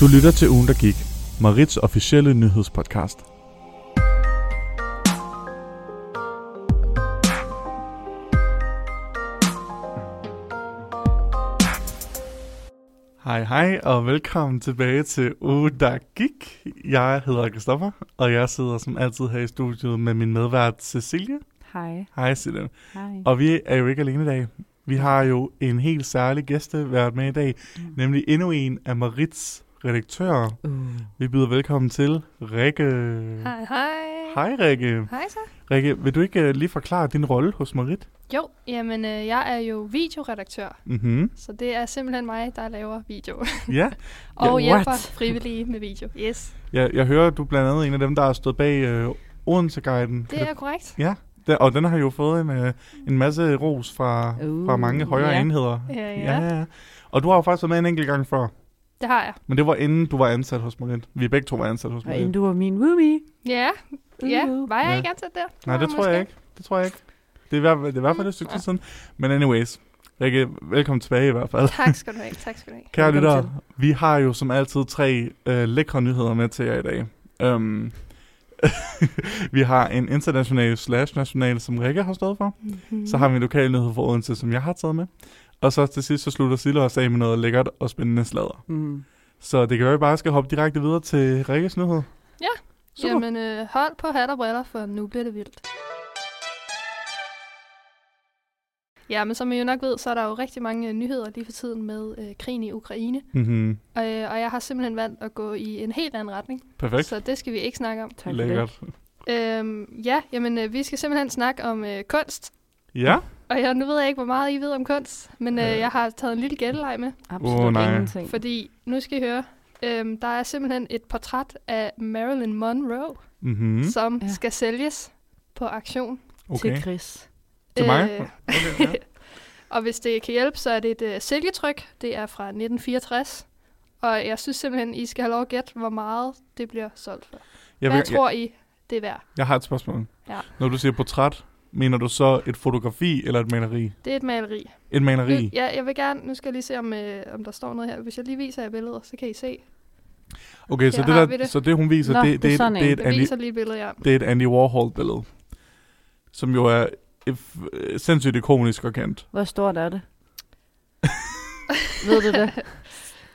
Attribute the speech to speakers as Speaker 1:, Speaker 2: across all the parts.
Speaker 1: Du lytter til ugen, der gik. Marits officielle nyhedspodcast.
Speaker 2: Hej hej, og velkommen tilbage til uge, der gik. Jeg hedder Christoffer, og jeg sidder som altid her i studiet med min medvært Cecilie.
Speaker 3: Hej.
Speaker 2: Hej Cecilie.
Speaker 3: Hej.
Speaker 2: Og vi er jo ikke alene i dag. Vi har jo en helt særlig gæstevært med i dag, nemlig endnu en af Marits redaktører.
Speaker 3: Uh.
Speaker 2: Vi byder velkommen til Rikke.
Speaker 4: Hej, hej.
Speaker 2: Hej Rikke.
Speaker 4: Hej så.
Speaker 2: Rikke, vil du ikke øh, lige forklare din rolle hos Marit?
Speaker 4: Jo, jamen øh, jeg er jo videoredaktør,
Speaker 2: Mhm.
Speaker 4: så det er simpelthen mig, der laver video.
Speaker 2: Ja.
Speaker 4: og
Speaker 2: what?
Speaker 4: hjælper frivillige med video. Yes.
Speaker 2: Jeg, jeg hører, at du er blandt andet en af dem, der har stået bag øh, Odense-guiden. Kan
Speaker 4: Det er korrekt.
Speaker 2: Ja, der, og den har jo fået en, øh, en masse ros fra, uh,
Speaker 3: Uh,
Speaker 2: fra mange højere
Speaker 3: ja.
Speaker 2: enheder.
Speaker 4: Øh, Ja, ja.
Speaker 2: ja. Og du har jo faktisk været med en enkelt gang før,
Speaker 4: Det har jeg.
Speaker 2: men det var inden du var ansat hos Marint. Vi begge to var ansat hos
Speaker 3: Og inden
Speaker 2: Marint.
Speaker 3: du var min roomie.
Speaker 4: Ja, ja.
Speaker 3: Uh.
Speaker 4: Var jeg
Speaker 2: Uhuh. Ja.
Speaker 4: ikke ansat der?
Speaker 2: Nej, det
Speaker 4: Nå,
Speaker 2: tror jeg
Speaker 4: måske.
Speaker 2: ikke. Det tror jeg ikke. Det er i hvert fald, det er i hvert fald et stykke tid siden. Men anyways, Rikke, velkommen tilbage i hvert fald.
Speaker 4: Tak skal du have. Tak skal du have.
Speaker 2: Kære
Speaker 3: Velkommen
Speaker 2: lytter, vi har jo som altid tre øh, lækre nyheder med til jer i dag. Um, vi har en international slash national, som Rikke har stået for.
Speaker 3: Mm-hmm.
Speaker 2: Så har vi en lokal nyhed fra Odense, som jeg har taget med. Og så til sidst, så slutter Silla os af med noget lækkert og spændende sladder.
Speaker 3: Mm.
Speaker 2: Så det kan være, at vi bare skal hoppe direkte videre til Rikkes nyhed.
Speaker 4: Ja.
Speaker 2: Super. Jamen.
Speaker 4: Jamen øh, hold på hat og briller, for nu bliver det vildt. Ja, men som I jo nok ved, så er der jo rigtig mange øh, nyheder lige for tiden med øh, krigen i Ukraine.
Speaker 2: Mm-hmm.
Speaker 4: Og, øh, og jeg har simpelthen valgt at gå i en helt anden retning.
Speaker 2: Perfekt.
Speaker 4: Så det skal vi ikke snakke om.
Speaker 3: Tak for det.
Speaker 2: lækkert.
Speaker 4: Øhm, ja, jamen øh, vi skal simpelthen snakke om øh, kunst.
Speaker 2: Ja,
Speaker 4: Og jeg, nu ved jeg ikke, hvor meget I ved om kunst, men øh,
Speaker 2: Øh.
Speaker 4: jeg har taget en lille gætteleg med,
Speaker 3: Absolut
Speaker 2: Åh, nej.
Speaker 3: ingenting.
Speaker 4: fordi nu skal I høre. Øhm, der er simpelthen et portræt af Marilyn Monroe,
Speaker 2: mm-hmm.
Speaker 4: mm. som
Speaker 3: Ja.
Speaker 4: ja. skal sælges på auktion.
Speaker 2: okay.
Speaker 3: Til Chris.
Speaker 2: Til mig?
Speaker 4: Øh,
Speaker 2: okay ja.
Speaker 4: og hvis det kan hjælpe, så er det et øh, silketryk. Det er fra 1964. Og jeg synes simpelthen, I skal have lov at gætte, hvor meget det bliver solgt for.
Speaker 2: jeg,
Speaker 4: Hvad
Speaker 2: vil, jeg,
Speaker 4: tror I, det er værd?
Speaker 2: jeg har et spørgsmål.
Speaker 4: Ja.
Speaker 2: Når du siger portræt, mener du så et fotografi eller et maleri?
Speaker 4: Det er et maleri.
Speaker 2: Et maleri.
Speaker 4: Nu, ja, jeg vil gerne, nu skal jeg lige se, om, øh, om der står noget her. Hvis jeg lige viser jer billeder, så kan I se.
Speaker 2: Okay, så
Speaker 4: Her
Speaker 2: det,
Speaker 4: har
Speaker 2: der,
Speaker 4: vi
Speaker 2: det.
Speaker 4: det.
Speaker 2: så det hun viser,
Speaker 3: Nå,
Speaker 2: det, det,
Speaker 3: det er
Speaker 2: det,
Speaker 3: sådan
Speaker 2: det, det, er et
Speaker 3: en.
Speaker 4: Jeg
Speaker 2: Andy,
Speaker 4: viser lige et billede, ja.
Speaker 2: det er et Andy Warhol-billede, som jo er øh, f- sindssygt ikonisk og kendt.
Speaker 3: Hvor stort er det? Ved du det?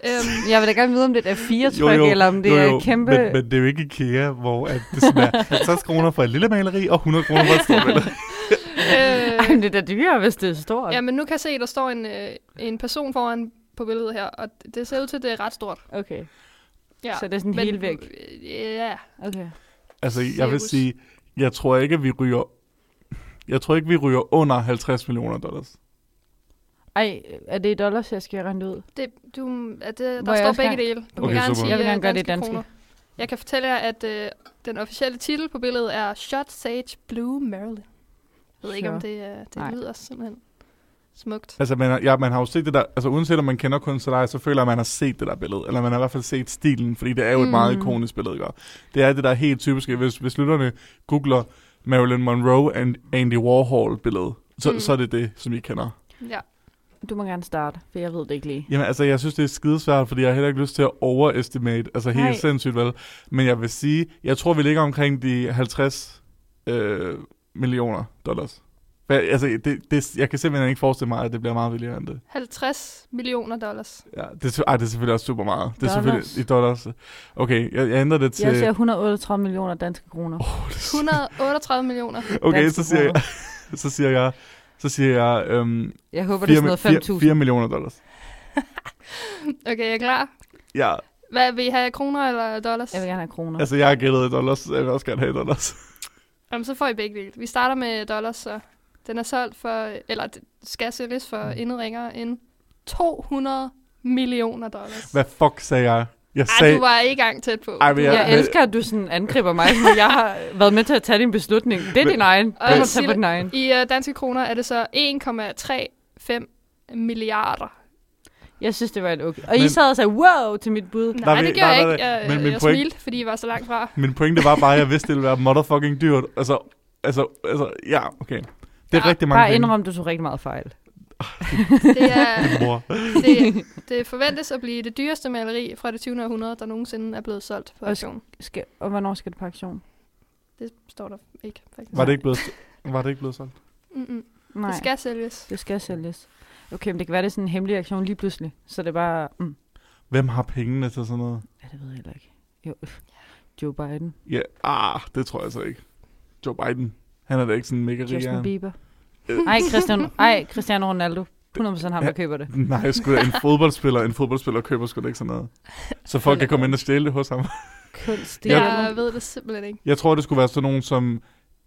Speaker 4: Øhm,
Speaker 3: Jeg vil da gerne vide, om det er
Speaker 2: Jo,
Speaker 3: 4-tryk,
Speaker 2: jo.
Speaker 3: eller om det
Speaker 2: Jo,
Speaker 3: er
Speaker 2: jo,
Speaker 3: et kæmpe...
Speaker 2: Men, men det er jo ikke IKEA, hvor at det sådan er 50 kroner for et lille maleri og 100 kroner for et stort maleri.
Speaker 3: Ej,
Speaker 4: øh,
Speaker 3: men det er da dyrere, hvis det er stort.
Speaker 4: ja, men nu kan jeg se, at der står en, øh, en person foran på billedet her, og det- det ser ud til, at det er ret stort.
Speaker 3: Okay,
Speaker 4: Ja.
Speaker 3: så det er sådan
Speaker 4: Men-
Speaker 3: helt væk.
Speaker 4: øh, Ja,
Speaker 3: Okay.
Speaker 2: Altså, jeg vil
Speaker 4: Cirkus.
Speaker 2: sige, jeg tror ikke, vi ryger... Jeg tror ikke, vi ryger under 50 millioner dollars.
Speaker 3: Ej, er det i dollars, jeg skal regne det ud?
Speaker 4: det, du, er det,
Speaker 3: Må
Speaker 4: der
Speaker 3: jeg
Speaker 4: står
Speaker 3: også
Speaker 4: begge
Speaker 3: gerne-
Speaker 4: dele. Du
Speaker 2: Okay,
Speaker 4: kan gerne
Speaker 2: super.
Speaker 4: sige
Speaker 3: Jeg vil gerne
Speaker 4: øh,
Speaker 3: gøre det i danske.
Speaker 4: kroner. Jeg kan fortælle jer, at øh, den officielle titel på billedet er Shot Sage Blue Marilyn. Jeg ved ikke, om
Speaker 3: Sure.
Speaker 4: det, øh, det
Speaker 3: Nej.
Speaker 4: lyder simpelthen smukt.
Speaker 2: Altså, man, har- ja, man har jo set det der... Altså, uanset om man kender kunstner, så føler jeg, at man har set det der billede. Eller man har i hvert fald set stilen, fordi det er jo et mm. meget
Speaker 3: Mm.
Speaker 2: ikonisk billede, ikke? Det er det, der er helt typisk. Hvis, hvis lytterne googler Marilyn Monroe and Andy Warhol-billede, så, mm.
Speaker 4: Mm.
Speaker 2: så er det det, som I kender.
Speaker 4: Ja.
Speaker 3: Du må gerne starte, for jeg ved det ikke lige.
Speaker 2: Jamen altså, jeg synes, det er skidesvært, fordi jeg har heller ikke lyst til at overestimate, altså helt
Speaker 3: Nej.
Speaker 2: sindssygt vel. Men jeg vil sige, jeg tror, vi ligger omkring de 50 øh, millioner dollars. Hva- Altså, det, det, jeg kan simpelthen ikke forestille mig, at det bliver meget billigere end det.
Speaker 4: 50 millioner dollars.
Speaker 2: Ja, det, er, ej, det er selvfølgelig også super meget. Det er
Speaker 3: Dollars.
Speaker 2: selvfølgelig i dollars. Okay, jeg, jeg ændrer det til...
Speaker 3: Jeg ser 138 millioner danske kroner.
Speaker 2: Åh, det er så-
Speaker 4: 138 millioner.
Speaker 2: Okay,
Speaker 3: danske
Speaker 2: så siger jeg...
Speaker 3: kroner.
Speaker 2: Så siger jeg... Så siger jeg... Øhm,
Speaker 3: Jeg håber, det er
Speaker 2: 4,
Speaker 3: sådan noget 5.000.
Speaker 2: 4 millioner dollars.
Speaker 4: Okay, jeg er klar.
Speaker 2: Ja,
Speaker 4: Hvad vil I have? Kroner eller dollars?
Speaker 3: Jeg vil gerne have kroner.
Speaker 2: altså jeg har gældet i dollars, så jeg vil også gerne have i dollars.
Speaker 4: Jamen, så får I begge dele. Vi starter med dollars, så den er solgt for, eller d- skal sælges for
Speaker 3: Mm.
Speaker 4: intet ringere end 200 millioner dollars.
Speaker 2: Hvad fuck sagde jeg? Jeg
Speaker 4: Ej,
Speaker 2: sagde...
Speaker 4: du var ikke engang tæt på.
Speaker 2: Ej, men
Speaker 3: Jeg
Speaker 2: men-
Speaker 3: elsker, at du sådan angriber mig, som jeg har været med til at tage din beslutning. Det er
Speaker 2: Men-
Speaker 3: din egen.
Speaker 4: Og
Speaker 3: Du må tage
Speaker 4: Sille-
Speaker 3: på din egen.
Speaker 4: I uh, danske kroner er det så 1,35 milliarder.
Speaker 3: Jeg synes, det var et okay. Og
Speaker 2: Men-
Speaker 3: I sad og sagde, wow, til mit bud.
Speaker 4: Nej,
Speaker 2: vi-
Speaker 4: det gjorde
Speaker 2: nej,
Speaker 4: jeg
Speaker 2: nej,
Speaker 4: ikke.
Speaker 2: nej.
Speaker 4: Jeg,
Speaker 2: Men
Speaker 4: men,
Speaker 2: min
Speaker 4: jeg
Speaker 2: point-
Speaker 4: smilte, fordi I var så langt fra.
Speaker 2: Min pointe var bare, at jeg vidste, det ville være motherfucking dyrt. Altså, altså, altså, ja, okay. Det er
Speaker 4: Ja,
Speaker 2: rigtig mange
Speaker 3: Bare
Speaker 2: penge.
Speaker 3: indrøm, du tog rigtig meget fejl.
Speaker 4: Det, er,
Speaker 2: mor.
Speaker 4: det, det forventes at blive det dyreste maleri fra det 20. århundrede, der nogensinde er blevet solgt på
Speaker 3: Og-
Speaker 4: auktion.
Speaker 3: Skal, og hvornår skal det på aktion?
Speaker 4: Det står der ikke, faktisk.
Speaker 2: Var det ikke blevet, var det ikke blevet solgt?
Speaker 4: Mm-mm.
Speaker 3: Nej,
Speaker 4: Det skal sælges.
Speaker 3: det skal sælges. Okay, men det kan være, det er sådan en hemmelig aktion lige pludselig. Så det er bare, mm,
Speaker 2: Hvem har pengene til sådan noget?
Speaker 3: ja, det ved jeg heller ikke. Jo, Joe Biden,
Speaker 2: Ja, ah, det tror jeg så ikke. Joe Biden, han er da ikke sådan mega rig. er
Speaker 3: Justin
Speaker 2: han?
Speaker 3: Bieber.
Speaker 2: Øh.
Speaker 3: Ej, Christian, ej, Cristiano Ronaldo. 100% ham, der
Speaker 2: Ja.
Speaker 3: køber det.
Speaker 2: Nej, sgu da, en fodboldspiller, en fodboldspiller køber sgu da ikke sådan noget. Så folk kan komme ind og stjæle det hos ham.
Speaker 3: Kunst,
Speaker 4: Det jeg ved det simpelthen ikke.
Speaker 2: Jeg tror, det skulle være sådan nogen som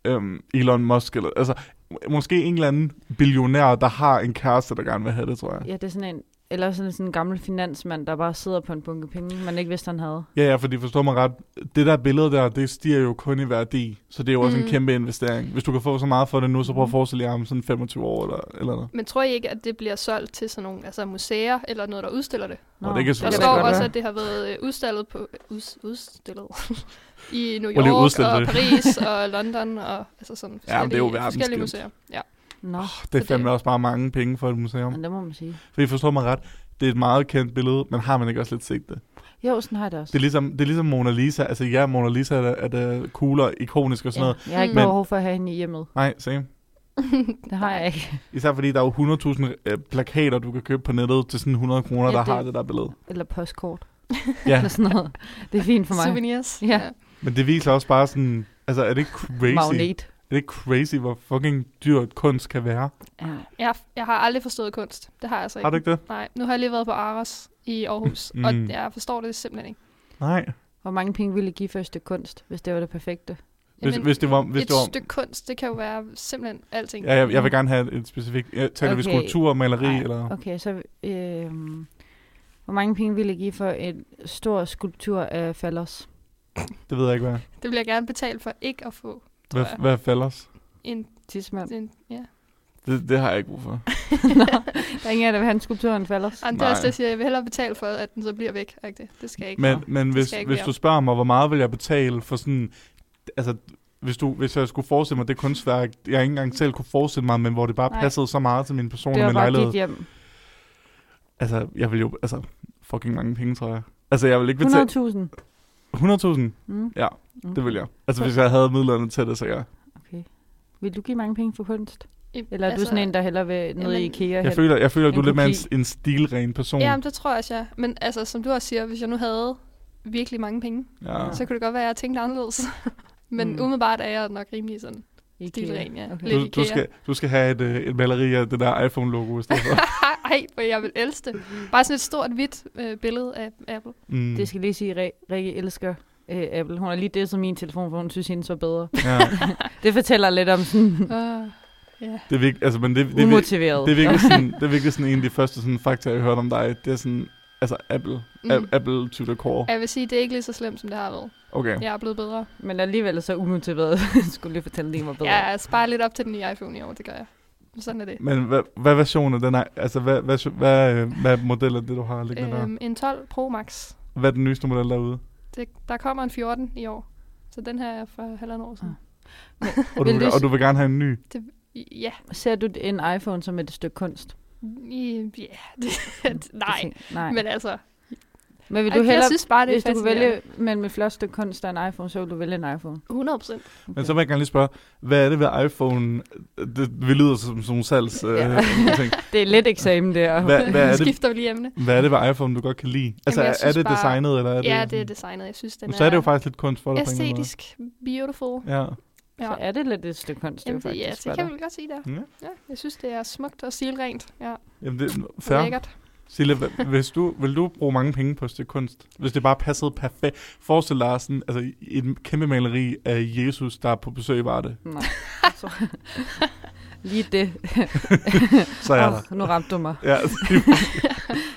Speaker 2: øhm, Elon Musk, eller altså må- måske en eller anden billionær, der har en kæreste, der gerne vil have det, tror jeg.
Speaker 3: Ja, det er sådan en, eller sådan, sådan en gammel finansmand, der bare sidder på en bunke penge, man ikke vidste, han havde.
Speaker 2: Ja, ja, fordi forstår mig ret, det der billede der, det stiger jo kun i værdi, så det er jo også mm.
Speaker 4: Mm.
Speaker 2: en kæmpe investering. Hvis du kan få så meget for det nu, så prøv at
Speaker 3: Mhm.
Speaker 2: forestille jer om sådan 25 år eller eller noget.
Speaker 4: Men tror I ikke, at det bliver solgt til sådan nogle altså museer eller noget, der udstiller det?
Speaker 2: Nå, det kan
Speaker 4: Der
Speaker 2: selvfølgelig
Speaker 3: kan
Speaker 4: står
Speaker 3: godt
Speaker 4: også,
Speaker 3: være.
Speaker 4: at det har været øh, udstillet, på, ud, udstillet i New
Speaker 2: Hvor det er
Speaker 4: York
Speaker 2: udstillet.
Speaker 4: og Paris og London og altså sådan
Speaker 2: Ja, men det er jo
Speaker 4: forskellige- forskellige museer.
Speaker 2: verdenskendt.
Speaker 4: Ja.
Speaker 3: Nå,
Speaker 2: Det er
Speaker 4: Så det-
Speaker 2: fandme også bare mange penge for et museum.
Speaker 3: men det må man sige.
Speaker 2: For I forstår mig ret, det er et meget kendt billede, men har man ikke også lidt set det?
Speaker 3: Jo, sådan har jeg det også.
Speaker 2: Det er ligesom, det er ligesom Mona Lisa. Altså ja, Mona Lisa er, da- er, er cool og ikonisk og sådan ja. noget.
Speaker 3: Ja, jeg har ikke
Speaker 4: Mm.
Speaker 3: noget behov for at have hende i hjemmet.
Speaker 2: Nej, same.
Speaker 3: Det har jeg ikke.
Speaker 2: Især fordi der er jo 100.000 øh, plakater, du kan købe på nettet til sådan 100 kroner,
Speaker 3: Ja,
Speaker 2: ja, der
Speaker 3: det-
Speaker 2: har det der billede.
Speaker 3: Eller postkort.
Speaker 2: Ja.
Speaker 3: Eller sådan noget. Det er fint for mig.
Speaker 4: Souvenirs.
Speaker 3: Ja.
Speaker 2: Men det viser også bare sådan, altså er det ikke crazy?
Speaker 3: Magnet.
Speaker 2: Er det ikke crazy, hvor fucking dyrt kunst kan være?
Speaker 3: Ja.
Speaker 4: Jeg, jeg har aldrig forstået kunst. Det har jeg altså ikke.
Speaker 2: Har du ikke det?
Speaker 4: Nej, nu har jeg lige været på Aros i Aarhus,
Speaker 2: Mm.
Speaker 4: mm. og jeg forstår det simpelthen ikke.
Speaker 2: Nej.
Speaker 3: Hvor mange penge ville I give for et stykke kunst, hvis det var det perfekte?
Speaker 2: Hvis,
Speaker 4: Jamen,
Speaker 2: hvis det var... Hvis
Speaker 4: et
Speaker 2: det var
Speaker 4: stykke kunst, det kan jo være simpelthen alting.
Speaker 2: ja, jeg, jeg vil gerne have et- et specifikt... Ja, taler okay. vi
Speaker 3: Okay.
Speaker 2: skulptur, maleri
Speaker 3: Ej,
Speaker 2: eller... Okay.
Speaker 3: Okay, så... Øh, hvor mange penge ville I give for en stor skulptur af Fallos?
Speaker 2: Det ved jeg ikke, hvad
Speaker 4: Det vil jeg gerne betale for ikke at få
Speaker 2: Hvad,
Speaker 4: jeg.
Speaker 2: hvad falder os?
Speaker 4: en...
Speaker 3: Tidsmand.
Speaker 4: en ja.
Speaker 2: Det, det har jeg ikke brug for.
Speaker 3: Nå, der er ingen af der vil have en skulptur af en Fallos.
Speaker 4: Ej, men det er
Speaker 2: Nej.
Speaker 4: også det, jeg siger. Jeg vil hellere betale for, at den så bliver væk. Ikke? Det skal jeg ikke.
Speaker 2: Men, men hvis,
Speaker 4: skal jeg ikke
Speaker 2: hvis
Speaker 4: bede om.
Speaker 2: du spørger mig, hvor meget vil jeg betale for sådan... Altså, hvis, du, hvis jeg skulle forestille mig det kunstværk, jeg ikke engang selv kunne forestille mig, men hvor det bare
Speaker 3: Nej.
Speaker 2: Nej. passede så meget til min person
Speaker 3: Det
Speaker 2: og
Speaker 3: var
Speaker 2: min
Speaker 3: bare
Speaker 2: lejlighed.
Speaker 3: dit hjem.
Speaker 2: Altså, jeg vil jo... Altså, fucking mange penge, tror jeg. Altså, jeg vil ikke betale...
Speaker 3: 100.000.
Speaker 2: 100.000,
Speaker 3: Mm.
Speaker 2: Ja,
Speaker 3: Mm.
Speaker 2: det vil jeg. Altså, hvis jeg havde midlerne til det, så jeg...
Speaker 3: Vil du give mange penge for kunst?
Speaker 4: I-
Speaker 3: Eller er altså, du sådan en, der hellere vil ned i
Speaker 4: jamen,
Speaker 3: IKEA?
Speaker 2: Jeg føler, jeg føler at du er
Speaker 3: En
Speaker 2: lidt mere
Speaker 3: kopi.
Speaker 2: en, en stilren person.
Speaker 4: Jamen, det tror jeg også, ja. Men altså, som du også siger, hvis jeg nu havde virkelig mange penge,
Speaker 2: ja.
Speaker 4: så kunne det godt være, at jeg tænkte anderledes. Men
Speaker 3: Mm.
Speaker 4: mm. umiddelbart er jeg nok rimelig sådan stilren, ja.
Speaker 3: øh, Okay.
Speaker 4: Lidt
Speaker 2: Du, du,
Speaker 4: Ikea.
Speaker 2: skal, du skal have et, øh, et maleri af det der iPhone-logo i stedet for.
Speaker 4: Ej, hvor jeg vil elske det. Bare sådan et stort, hvidt øh, billede af Apple.
Speaker 2: Mm.
Speaker 3: Det skal lige sige, at Re- Rikke elsker øh, Apple. Hun har lige det som min telefon, for hun synes, hendes var bedre.
Speaker 2: ja.
Speaker 3: Det fortæller lidt om sådan
Speaker 4: Uh, yeah.
Speaker 2: det er virkelig, altså, men det, det, er vir-
Speaker 3: umotiveret.
Speaker 2: Det er virkelig sådan, det er virkelig sådan en af de første sådan, fakta, jeg hørte om dig. Det er sådan, altså Apple. Mm.
Speaker 4: Mm.
Speaker 2: A- Apple to the core.
Speaker 4: Jeg vil sige, det er ikke lige så slemt, som det har været.
Speaker 2: Okay.
Speaker 4: Jeg er blevet bedre.
Speaker 3: Men alligevel så umotiveret. skulle lige fortælle, at den var bedre.
Speaker 4: Jeg sparer lidt op til den nye iPhone i år, det gør jeg. Sådan er det.
Speaker 2: Men hvad, hvad version af den er, altså hvad, hvad, hvad, øh, hvad model er det, du har liggende der?
Speaker 4: Øhm, en 12 Pro Max.
Speaker 2: Hvad er den nyeste model derude?
Speaker 4: Det, der kommer en 14 i år. Så den her er fra halvandet år siden.
Speaker 2: Og du,
Speaker 3: Vil
Speaker 2: vil,
Speaker 3: du-
Speaker 2: og du vil gerne have en ny?
Speaker 3: Ah.
Speaker 4: I- Ja.
Speaker 3: Ser du en iPhone som et stykke kunst?
Speaker 4: I- Ja.
Speaker 3: Det
Speaker 4: Det- Nej.
Speaker 3: tænker- Nej. Men,
Speaker 4: Men altså,
Speaker 3: men vil
Speaker 4: Ej,
Speaker 3: du
Speaker 4: jeg
Speaker 3: hellere,
Speaker 4: synes bare, det er
Speaker 3: hvis du kunne
Speaker 4: fascinerende.
Speaker 3: vælge mellem et flot stykke kunst og en iPhone, så ville du vælge en iPhone.
Speaker 4: 100 procent.
Speaker 3: Okay.
Speaker 2: Men så vil jeg gerne lige spørge, hvad er det ved iPhone? Det, vi lyder som sådan salgs øh,
Speaker 3: Ja.
Speaker 2: ting.
Speaker 3: Det er lidt eksamen, det er.
Speaker 2: Hvad, hvad, er det,
Speaker 4: skifter vi lige emne.
Speaker 2: hvad er det ved iPhone, du godt kan lide? Altså
Speaker 4: jeg
Speaker 2: Jamen, er
Speaker 4: synes
Speaker 2: det
Speaker 4: bare-
Speaker 2: designet, eller er det...
Speaker 4: Ja, det er designet. Jeg synes, den
Speaker 2: Så er det jo
Speaker 4: er
Speaker 2: faktisk lidt kunst for dig. på en eller anden måde.
Speaker 4: æstetisk beautiful.
Speaker 2: Ja.
Speaker 4: Ja.
Speaker 3: Så er det lidt et stykke kunst, det er
Speaker 4: Jamen,
Speaker 3: jo
Speaker 4: det,
Speaker 3: faktisk.
Speaker 4: ja,
Speaker 3: hvad
Speaker 4: det kan
Speaker 3: der-
Speaker 4: vi vel godt sige der.
Speaker 2: ja.
Speaker 4: Ja, jeg synes, det er smukt og stilrent. Ja,
Speaker 2: Jamen, det er
Speaker 4: Fair.
Speaker 2: fair.
Speaker 4: lækkert.
Speaker 2: Sille, hva- hvis du, vil du bruge mange penge på et stykke kunst? Hvis det bare passede perfekt. Forestil dig sådan, altså, et kæmpe maleri af Jesus, der er på besøg i Varde.
Speaker 3: Nej. Så- Lige det.
Speaker 2: Så er jeg der.
Speaker 3: Åh, nu ramte du mig.
Speaker 2: Ja,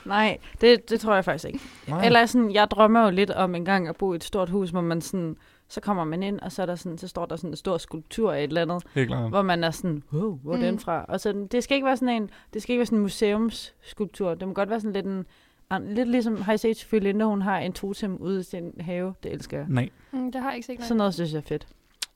Speaker 3: Nej, det, det tror jeg faktisk ikke.
Speaker 2: nej.
Speaker 3: Nej. Eller sådan, jeg drømmer jo lidt om en gang at bo i et stort hus, hvor man sådan, så kommer man ind, og så, er der sådan, så står der sådan en stor skulptur af et eller andet,
Speaker 2: Helt klart.
Speaker 3: hvor man er sådan, wow, hvor er den
Speaker 4: Mm.
Speaker 3: fra? Og så, det skal ikke være sådan en, det skal ikke være sådan en museumsskulptur. Det må godt være sådan lidt en, an- lidt ligesom, har I set Sofie Linde, hun har en totem ude i sin have, det elsker jeg.
Speaker 2: Nej.
Speaker 4: Mm, det har jeg ikke set.
Speaker 3: Sådan noget synes jeg er fedt.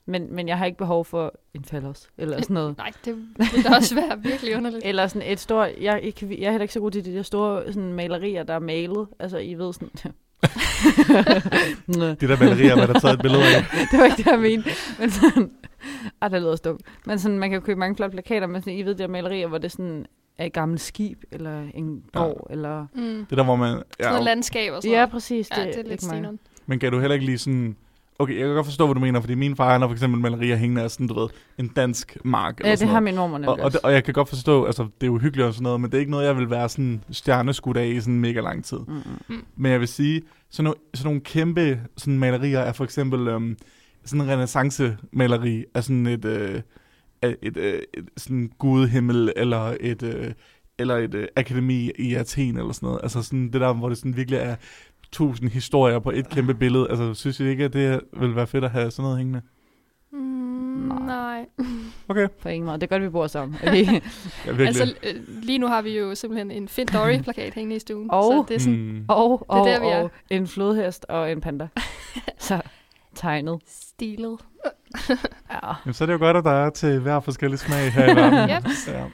Speaker 3: Men, men jeg har ikke behov for en fallos, eller sådan noget.
Speaker 4: Nej, det ville da også være virkelig underligt.
Speaker 3: Eller sådan et stort, jeg, jeg, kan- jeg er heller ikke så god til de der store sådan, malerier, der er malet. Altså, I ved sådan... Nå,
Speaker 2: De der malerier, man har taget et billede af.
Speaker 3: det var ikke det, jeg mente. Men sådan, ej, det lyder også dumt. Men sådan, man kan jo købe mange flotte plakater, men sådan, I ved de der malerier, hvor det sådan er et gammelt skib, eller en gård, ja. eller...
Speaker 4: Mm.
Speaker 2: Det der, hvor man...
Speaker 4: Sådan noget
Speaker 2: Ja,
Speaker 4: landskab og sådan
Speaker 3: Ja,
Speaker 4: noget.
Speaker 3: præcis.
Speaker 4: Ja, det er lidt
Speaker 3: mig.
Speaker 4: steneren.
Speaker 2: men kan du heller ikke lige sådan... Okay, jeg kan godt forstå, hvad du mener, fordi min far, han har for eksempel malerier hængende af sådan, du ved, en dansk mark.
Speaker 3: Ja,
Speaker 2: eller
Speaker 3: det
Speaker 2: sådan
Speaker 3: har
Speaker 2: noget.
Speaker 3: min mormor nemlig
Speaker 2: og, og,
Speaker 3: også.
Speaker 2: det- og, jeg kan godt forstå, altså, det er jo hyggeligt og sådan noget, men det er ikke noget, jeg vil være sådan stjerneskudt af i sådan mega lang tid.
Speaker 3: Mm.
Speaker 2: Men jeg vil sige, sådan nogle, sådan nogle kæmpe sådan malerier af for eksempel øhm, sådan en renaissance-maleri af sådan et, øh, af et, øh, et sådan gudhimmel eller et, øh, eller et øh, akademi i Athen eller sådan noget. Altså sådan det der, hvor det sådan virkelig er tusind historier på et kæmpe billede. Altså synes jeg ikke, at det ville være fedt at have sådan noget hængende?
Speaker 4: Mm,
Speaker 3: Nej.
Speaker 4: nej.
Speaker 2: Okay.
Speaker 3: For ingen måde. Det er godt, vi bor sammen. Okay.
Speaker 2: Ja, virkelig.
Speaker 4: Altså, øh, lige nu har vi jo simpelthen en Finn Dory-plakat hængende i stuen.
Speaker 3: Og-
Speaker 4: så det er sådan, mm.
Speaker 2: mm.
Speaker 3: og, og,
Speaker 4: der, vi er.
Speaker 3: og en flodhest og en panda. Så tegnet.
Speaker 4: stilet.
Speaker 3: Ja.
Speaker 2: Jamen, så er det jo godt, at der er til hver forskellig smag her i verden.
Speaker 4: Yep.
Speaker 2: ja.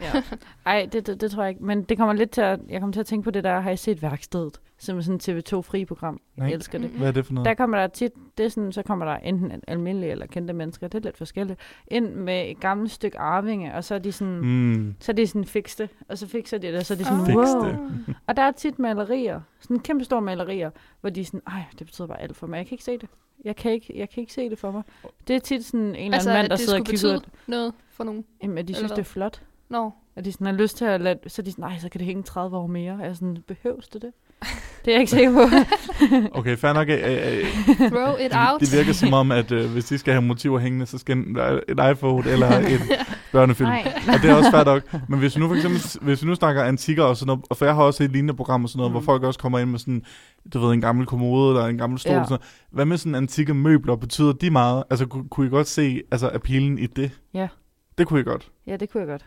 Speaker 3: Ja. Ej, det, det, det tror jeg ikke. Men det kommer lidt til at, jeg kommer til at tænke på det der, har I set værkstedet? Som er sådan et TV2-fri program. Jeg
Speaker 2: Nej. Mm.
Speaker 3: elsker det.
Speaker 2: Hvad er det for noget?
Speaker 3: Der kommer der tit, det er sådan, så kommer der enten almindelige eller kendte mennesker, det er lidt forskelligt, ind med et gammelt stykke arvinge, og så er de sådan, mm.
Speaker 2: Mm.
Speaker 3: så er de sådan fikste, og så fikser de det, og så er de
Speaker 4: Ah.
Speaker 3: sådan,
Speaker 2: Fikste.
Speaker 3: wow. Og der er tit malerier, sådan kæmpe store malerier, hvor de er sådan, ej, det betyder bare alt for mig, jeg kan ikke se det. Jeg kan ikke, jeg kan ikke se det for mig. Det er tit sådan en eller
Speaker 4: Altså,
Speaker 3: anden mand,
Speaker 4: at
Speaker 3: der
Speaker 4: det
Speaker 3: sidder og
Speaker 4: skulle
Speaker 3: kigger, ud,
Speaker 4: betyde noget for nogen.
Speaker 3: jamen, at de
Speaker 4: eller
Speaker 3: synes,
Speaker 4: hvad?
Speaker 3: det er flot.
Speaker 4: Nå,
Speaker 3: Og de sådan har lyst til at lade, så er de sådan, nej, så kan det hænge 30 år mere. Og jeg er sådan, behøves det det? Det er jeg ikke sikker på.
Speaker 2: Okay, fair nok. Øh, øh,
Speaker 4: throw it out.
Speaker 2: Det, det virker som om, at øh, hvis de skal have motiver hængende, så skal en, et iPhone eller en børnefilm.
Speaker 3: nej,
Speaker 2: Og det er også fair nok. Men hvis vi nu for eksempel hvis vi nu snakker antikker og sådan noget, og for jeg har også et lignende program og sådan noget, mm.
Speaker 3: Mm.
Speaker 2: hvor folk også kommer ind med sådan, du ved, en gammel kommode eller en gammel stol.
Speaker 3: Ja.
Speaker 2: Ja. Sådan noget. Hvad med sådan antikke møbler? Betyder de meget? Altså, kunne, kunne I godt se altså, appealen i det?
Speaker 3: Ja.
Speaker 2: Det kunne I godt.
Speaker 3: ja, det kunne jeg godt.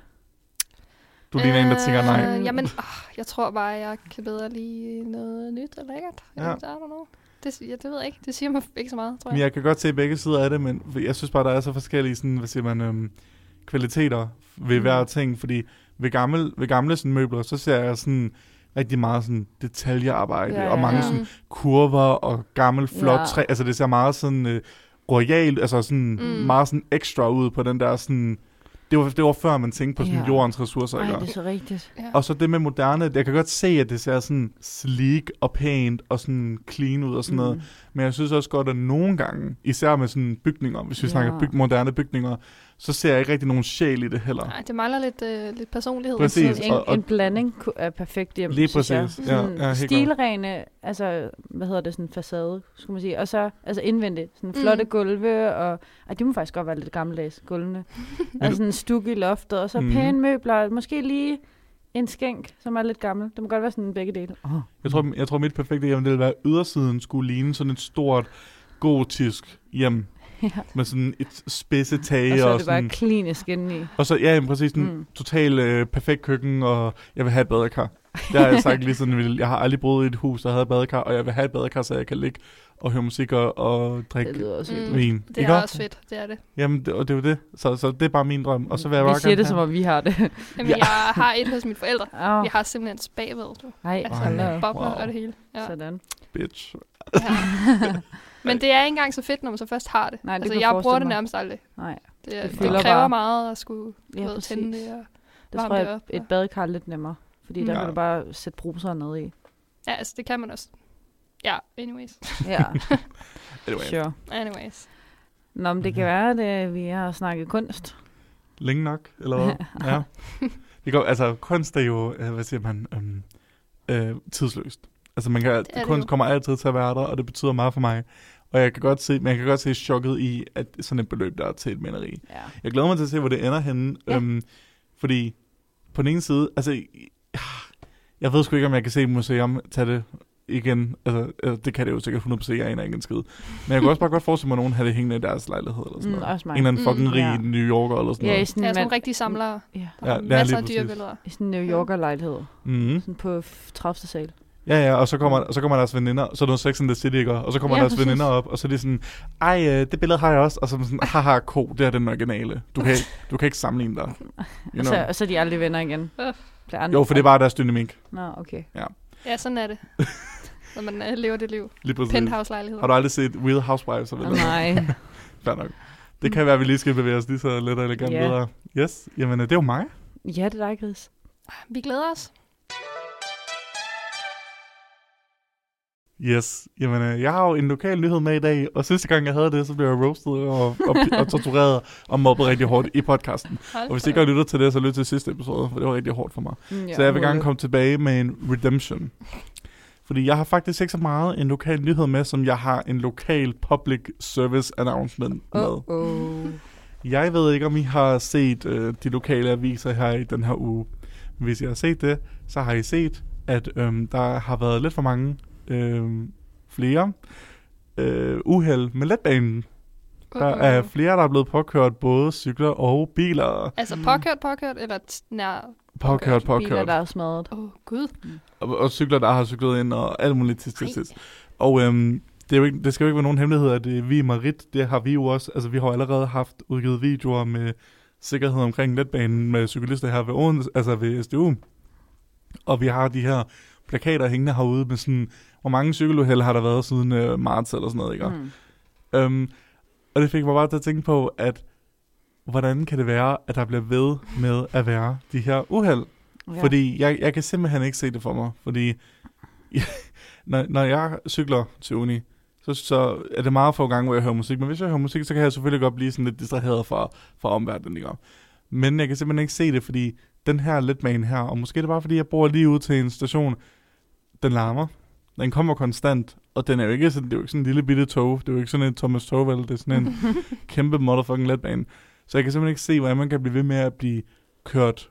Speaker 2: Du ligner en, der tænker nej.
Speaker 4: Øh, jamen, åh, jeg tror bare, jeg kan bedre lide noget nyt og lækkert.
Speaker 2: Ja.
Speaker 4: Ja. I don't know. Det, ja, det ved jeg ikke. Det siger mig ikke så meget, tror
Speaker 2: Men
Speaker 4: jeg.
Speaker 2: jeg kan godt se begge sider af det, men jeg synes bare, der er så forskellige sådan, hvad siger man, øhm, kvaliteter ved
Speaker 3: Mm.
Speaker 2: mm. hver ting, fordi ved gamle, ved gamle sådan, møbler, så ser jeg sådan rigtig meget sådan detaljearbejde,
Speaker 3: Ja,
Speaker 2: ja,
Speaker 3: ja,
Speaker 2: ja, og mange
Speaker 3: ja.
Speaker 2: ja. sådan
Speaker 4: Øhm,
Speaker 2: kurver og gammel flot
Speaker 3: Ja.
Speaker 2: ja. træ, altså det ser meget sådan øh, royal, altså sådan
Speaker 4: Mm.
Speaker 2: mm. meget sådan ekstra ud på den der sådan, det var, det var før man tænkte på sådan
Speaker 3: Ja.
Speaker 2: ja. jordens ressourcer.
Speaker 3: Nej,
Speaker 2: ikke?
Speaker 3: det er så rigtigt.
Speaker 4: ja.
Speaker 2: Og så det med moderne, jeg kan godt se, at det ser sådan sleek og pænt og sådan clean ud og sådan mm. noget. Men jeg synes også godt, at nogle gange, især med sådan bygninger, hvis vi
Speaker 3: Ja.
Speaker 2: ja. snakker byg, moderne bygninger, så ser jeg ikke rigtig nogen sjæl i det heller.
Speaker 4: Nej, det mangler lidt, øh, lidt personlighed.
Speaker 2: Præcis,
Speaker 3: En,
Speaker 2: og- og-
Speaker 3: en blanding ku- er perfekt hjem,
Speaker 2: Lige
Speaker 3: synes jeg.
Speaker 2: præcis. Ja,
Speaker 3: Sådan
Speaker 2: ja, helt klart.
Speaker 3: stilrene, altså, hvad hedder det, sådan facade, skulle man sige. Og så, altså indvendigt, sådan flotte
Speaker 4: Mm.
Speaker 3: gulve, og ej, det må faktisk godt være lidt gammeldags, gulvene.
Speaker 2: du-
Speaker 3: og sådan en stuk i loftet, og så
Speaker 2: Mm.
Speaker 3: pæne møbler, måske lige en skænk, som er lidt gammel. Det må godt være sådan begge dele. Oh.
Speaker 2: Jeg tror, jeg tror mit perfekte hjem, det ville være, at ydersiden skulle ligne sådan et stort gotisk hjem.
Speaker 3: Ja.
Speaker 2: Med sådan et spidse tage
Speaker 3: Og
Speaker 2: og,
Speaker 3: så er det
Speaker 2: sådan...
Speaker 3: bare klinisk indeni.
Speaker 2: Og så, ja, jamen, præcis, sådan
Speaker 3: Mm.
Speaker 2: mm. total øh, perfekt køkken, og jeg vil have et badekar. Det har jeg sagt lige sådan, jeg vil- jeg har aldrig boet i et hus, der havde et badekar, og jeg vil have et badekar, så jeg kan ligge og høre musik og, og drikke
Speaker 3: Det lyder også
Speaker 4: Mm.
Speaker 3: mm.
Speaker 2: vin.
Speaker 4: Det
Speaker 2: Ikke
Speaker 4: er
Speaker 2: også?
Speaker 4: også fedt, det er det.
Speaker 2: Jamen, det, og det er jo det. Så, så det er bare min drøm. Og så vil jeg
Speaker 3: Vi
Speaker 2: bare
Speaker 3: siger
Speaker 2: gerne
Speaker 3: det,
Speaker 2: have-
Speaker 3: som om vi har det.
Speaker 4: Jamen, ja. jeg har et hos mine forældre.
Speaker 3: Åh,
Speaker 4: Jeg har simpelthen et bagved, du.
Speaker 3: Ej,
Speaker 4: Altså,
Speaker 2: Ej,
Speaker 3: hold
Speaker 4: med
Speaker 3: op.
Speaker 4: bobler
Speaker 2: wow.
Speaker 4: og det hele. Ja.
Speaker 3: Sådan.
Speaker 2: Bitch.
Speaker 4: Ja. Men det er ikke engang så fedt, når man så først har det.
Speaker 3: Nej, det
Speaker 4: altså,
Speaker 3: kan
Speaker 4: jeg
Speaker 3: jeg
Speaker 4: bruger
Speaker 3: forestille
Speaker 4: det
Speaker 3: mig.
Speaker 4: nærmest aldrig.
Speaker 3: Nej,
Speaker 4: Det,
Speaker 3: Det
Speaker 4: det,
Speaker 3: fylder
Speaker 4: det
Speaker 3: bare.
Speaker 4: kræver meget at skulle du
Speaker 3: ja,
Speaker 4: ved,
Speaker 3: præcis.
Speaker 4: tænde det. Og...
Speaker 3: Der
Speaker 4: varme
Speaker 3: tror
Speaker 4: det
Speaker 3: jeg,
Speaker 4: op,
Speaker 3: et
Speaker 4: og-
Speaker 3: badekar er lidt nemmere. Fordi der
Speaker 2: Mm. Ja.
Speaker 3: kan du bare sætte bruser ned i.
Speaker 4: Ja, altså, det kan man også. Ja, anyways.
Speaker 3: Ja,
Speaker 2: Anyway,
Speaker 3: sure.
Speaker 4: Anyways.
Speaker 3: Nå, men det
Speaker 2: Mhm.
Speaker 3: kan være, at øh, vi har snakket kunst.
Speaker 2: længe nok, eller hvad? ja. Det går, altså, kunst er jo, øh, hvad siger man, øhm, øh, tidsløst. Altså, man kan,
Speaker 4: er det
Speaker 2: kunst
Speaker 4: jo.
Speaker 2: kommer altid til at være der, og det betyder meget for mig. Og jeg kan godt se, men jeg kan godt se chokket i, at sådan et beløb der er til et maleri.
Speaker 3: Ja.
Speaker 2: Jeg glæder mig til at se, hvor det ender henne.
Speaker 4: Ja.
Speaker 2: Ja. Øhm, fordi på den ene side, altså, i- jeg ved sgu ikke, om jeg kan se et museum tage det igen. Altså, øh, det kan det jo sikkert 100%, jeg aner ikke en skid. Men jeg kunne også bare godt forestille mig, at nogen havde det hængende i deres lejlighed eller sådan
Speaker 3: Mm,
Speaker 2: noget.
Speaker 3: også mig.
Speaker 2: en eller anden
Speaker 4: Mm,
Speaker 2: fucking rig
Speaker 3: ja.
Speaker 2: New Yorker eller sådan
Speaker 3: Ja, i
Speaker 2: noget.
Speaker 4: Jeg
Speaker 3: sådan,
Speaker 4: er
Speaker 3: en
Speaker 4: sådan
Speaker 3: man,
Speaker 4: rigtige samlere.
Speaker 3: ja,
Speaker 4: Der er
Speaker 2: Ja, ja,
Speaker 4: masser af
Speaker 2: lige
Speaker 4: dyre
Speaker 2: præcis.
Speaker 4: billeder.
Speaker 3: i sådan en New Yorker lejlighed.
Speaker 2: Mm.
Speaker 3: Sådan på f- 30. sal.
Speaker 2: Ja, ja, og så kommer, og så kommer deres veninder, så er der Sex and the City, ikke? og så kommer ja,
Speaker 3: Ja,
Speaker 2: deres
Speaker 3: præcis.
Speaker 2: veninder op, og så er de sådan, ej, øh, det billede har jeg også, og så er man sådan, haha, ko, det er den originale. Du kan, ikke- du kan ikke sammenligne dig. You
Speaker 3: Og
Speaker 2: know?
Speaker 3: så, og så er de aldrig venner igen.
Speaker 4: Øh.
Speaker 3: Bliver andre-
Speaker 2: Jo, for det er bare deres dynamik.
Speaker 3: Nå, okay.
Speaker 4: Ja, sådan er det. Når man øh, lever det liv.
Speaker 2: Lige præcis.
Speaker 4: Penthouse-lejligheder.
Speaker 2: Har du aldrig set Real Housewives?
Speaker 3: Nå,
Speaker 2: Eller
Speaker 3: nej.
Speaker 2: Fair nok. Det kan være, at vi lige skal bevæge os lige så lidt og elegant
Speaker 3: Ja.
Speaker 2: videre. Yes, jamen øh, det er jo mig.
Speaker 3: Ja, det er dig, Gris.
Speaker 4: Vi glæder os.
Speaker 2: Yes, jamen øh, jeg har jo en lokal nyhed med i dag, og sidste gang jeg havde det, så blev jeg roasted og, og, og tortureret og mobbet rigtig hårdt i podcasten.
Speaker 4: Hold
Speaker 2: Og hvis
Speaker 4: da
Speaker 2: ikke jeg lytter til det, så lyt til sidste episode, for det var rigtig hårdt for mig.
Speaker 3: Mm,
Speaker 2: Så jeg vil gerne komme tilbage med en redemption. Fordi jeg har faktisk ikke så meget en lokal nyhed med, som jeg har en lokal public service announcement med.
Speaker 3: Oh, oh.
Speaker 2: Jeg ved ikke, om I har set øh, de lokale aviser her i den her uge. Hvis I har set det, så har I set, at øhm, der har været lidt for mange øhm, flere øh, uheld med letbanen.
Speaker 4: Uh-uh.
Speaker 2: Der er flere, der er blevet påkørt både cykler og biler.
Speaker 4: Altså påkørt, påkørt, eller t- nær...
Speaker 2: Påkørt,
Speaker 3: Biler,
Speaker 2: påkørt.
Speaker 3: der er smadret.
Speaker 4: Åh, oh, gud.
Speaker 2: Og, og cykler, der har cyklet ind, og alt muligt til til sidst. Og øhm, det, er jo ikke, det skal jo ikke være nogen hemmelighed, at øh, vi i Marit, det har vi jo også, altså vi har jo allerede haft udgivet videoer med sikkerhed omkring letbanen med cyklister her ved, Odense, altså ved SDU. Og vi har de her plakater hængende herude med sådan, hvor mange cykeluheld har der været siden øh, marts eller sådan noget, ikke?
Speaker 3: Mm.
Speaker 2: Mm. Øhm, og det fik mig bare til at tænke på, at hvordan kan det være, at der bliver ved med at være de her uheld?
Speaker 3: Ja.
Speaker 2: Fordi jeg, jeg kan simpelthen ikke se det for mig, fordi når, når jeg cykler til uni, så, så er det meget få gange, hvor jeg hører musik. Men hvis jeg hører musik, så kan jeg selvfølgelig godt blive sådan lidt distraheret fra, fra omverdenen. Ikke? Men jeg kan simpelthen ikke se det, fordi den her letbane her, og måske er det bare fordi, jeg bor lige ude til en station, den larmer. Den kommer konstant, og den er jo ikke sådan, det er jo ikke sådan en lille bitte tog. Det er jo ikke sådan en Thomas Togvald, det er sådan en kæmpe motherfucking letbane. Så jeg kan simpelthen ikke se, hvordan man kan blive ved med at blive kørt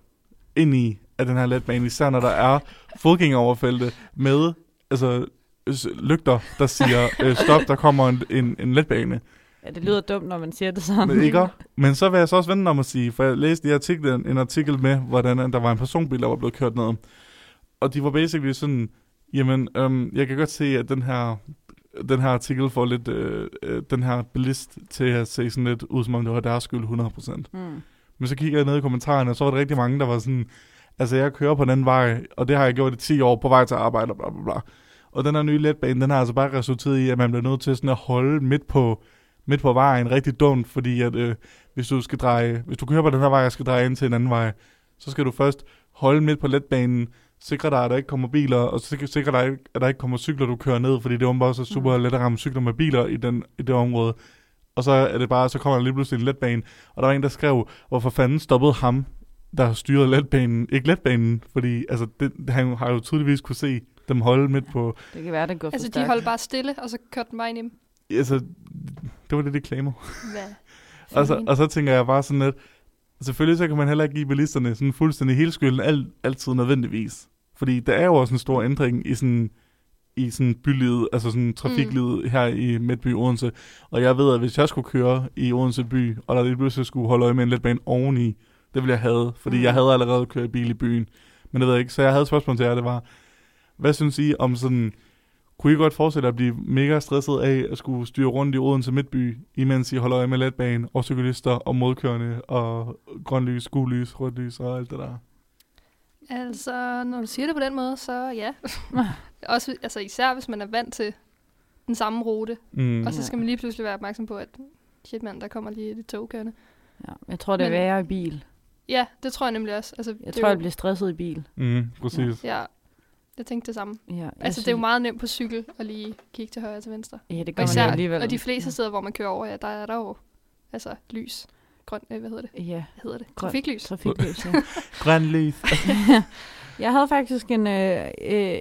Speaker 2: ind i af den her letbane, især når der er fodgængeroverfelte med altså, s- lygter, der siger, øh, stop, der kommer en, en, en letbane.
Speaker 3: Ja, det lyder dumt, når man siger det sådan.
Speaker 2: Men, ikke? Men så vil jeg så også vente om at sige, for jeg læste i artiklen, en artikel med, hvordan at der var en personbil, der var blevet kørt ned. Og de var basically sådan, jamen, øhm, jeg kan godt se, at den her, den her artikel får lidt, øh, øh, den her bilist til at se sådan lidt ud, som om det var deres skyld 100%.
Speaker 3: Mm.
Speaker 2: Men så kigger jeg ned i kommentarerne, og så var der rigtig mange, der var sådan, altså jeg kører på den vej, og det har jeg gjort i 10 år på vej til arbejde, og bla bla bla. Og den her nye letbane, den har altså bare resulteret i, at man bliver nødt til sådan at holde midt på, midt på vejen rigtig dumt, fordi at, øh, hvis, du skal dreje, hvis du kører på den her vej og skal dreje ind til en anden vej, så skal du først holde midt på letbanen, sikre dig, at der ikke kommer biler, og sik- sikre dig, at der ikke kommer cykler, du kører ned, fordi det er åbenbart også super
Speaker 3: Mm.
Speaker 2: let at ramme cykler med biler i, den, i det område. Og så er det bare, så kommer der lige pludselig en letbane, og der var en, der skrev, hvorfor fanden stoppede ham, der styrede letbanen, ikke letbanen, fordi altså, det, han har jo tydeligvis kunne se dem holde midt på,
Speaker 3: Det kan være, det går for
Speaker 4: Altså, de
Speaker 3: stærkt.
Speaker 4: holdt bare stille, og så kørte den bare ind i dem.
Speaker 2: altså, det var det, det claimer.
Speaker 4: Hvad?
Speaker 2: Og så,
Speaker 4: fanden?
Speaker 2: og så tænker jeg bare sådan lidt, selvfølgelig så kan man heller ikke give bilisterne sådan fuldstændig hele skylden, al, altid nødvendigvis. Fordi der er jo også en stor ændring i sådan, i sådan bylivet, altså sådan trafiklivet mm. her i Midtby Odense. Og jeg ved, at hvis jeg skulle køre i Odense by, og der lige pludselig skulle holde øje med en letbane oveni, det ville jeg have, fordi mm.
Speaker 3: Mm.
Speaker 2: jeg havde allerede kørt bil i byen. Men det ved jeg ikke, så jeg havde et spørgsmål til jer, det var, hvad synes I om sådan, kunne I godt forestille jer at blive mega stresset af at skulle styre rundt i Odense Midtby, imens I holder øje med letbanen og cyklister og modkørende og grøn lys, gul lys, rødt lys og alt det der?
Speaker 4: Altså, når du siger det på den måde, så ja. Også, altså, især hvis man er vant til den samme rute,
Speaker 2: Mm.
Speaker 4: og så
Speaker 3: Ja.
Speaker 4: skal man lige pludselig være opmærksom på, at shit mand, der kommer lige et tog kørende.
Speaker 3: Ja, jeg tror, det er
Speaker 4: Men-
Speaker 3: værre i bil.
Speaker 4: Ja, det tror jeg nemlig også. Altså,
Speaker 3: Jeg
Speaker 4: det er
Speaker 3: tror,
Speaker 4: jo-
Speaker 3: jeg bliver stresset i bil.
Speaker 2: Mm, præcis.
Speaker 4: Ja, jeg tænkte det samme.
Speaker 3: Ja, jeg
Speaker 4: Altså,
Speaker 3: synes-
Speaker 4: det er jo meget nemt på cykel at lige kigge til højre og til venstre.
Speaker 3: Ja, det
Speaker 4: Og,
Speaker 3: gør man
Speaker 4: især,
Speaker 3: jo alligevel.
Speaker 4: og de fleste steder, hvor man kører over, ja, der er der jo altså, lys. Grøn, øh, hvad hedder det?
Speaker 3: Ja,
Speaker 4: Hvad hedder det?
Speaker 3: Grøn.
Speaker 4: Trafiklys.
Speaker 3: trafikløs, ja.
Speaker 2: Grøn lys.
Speaker 3: Jeg havde faktisk en, øh, øh,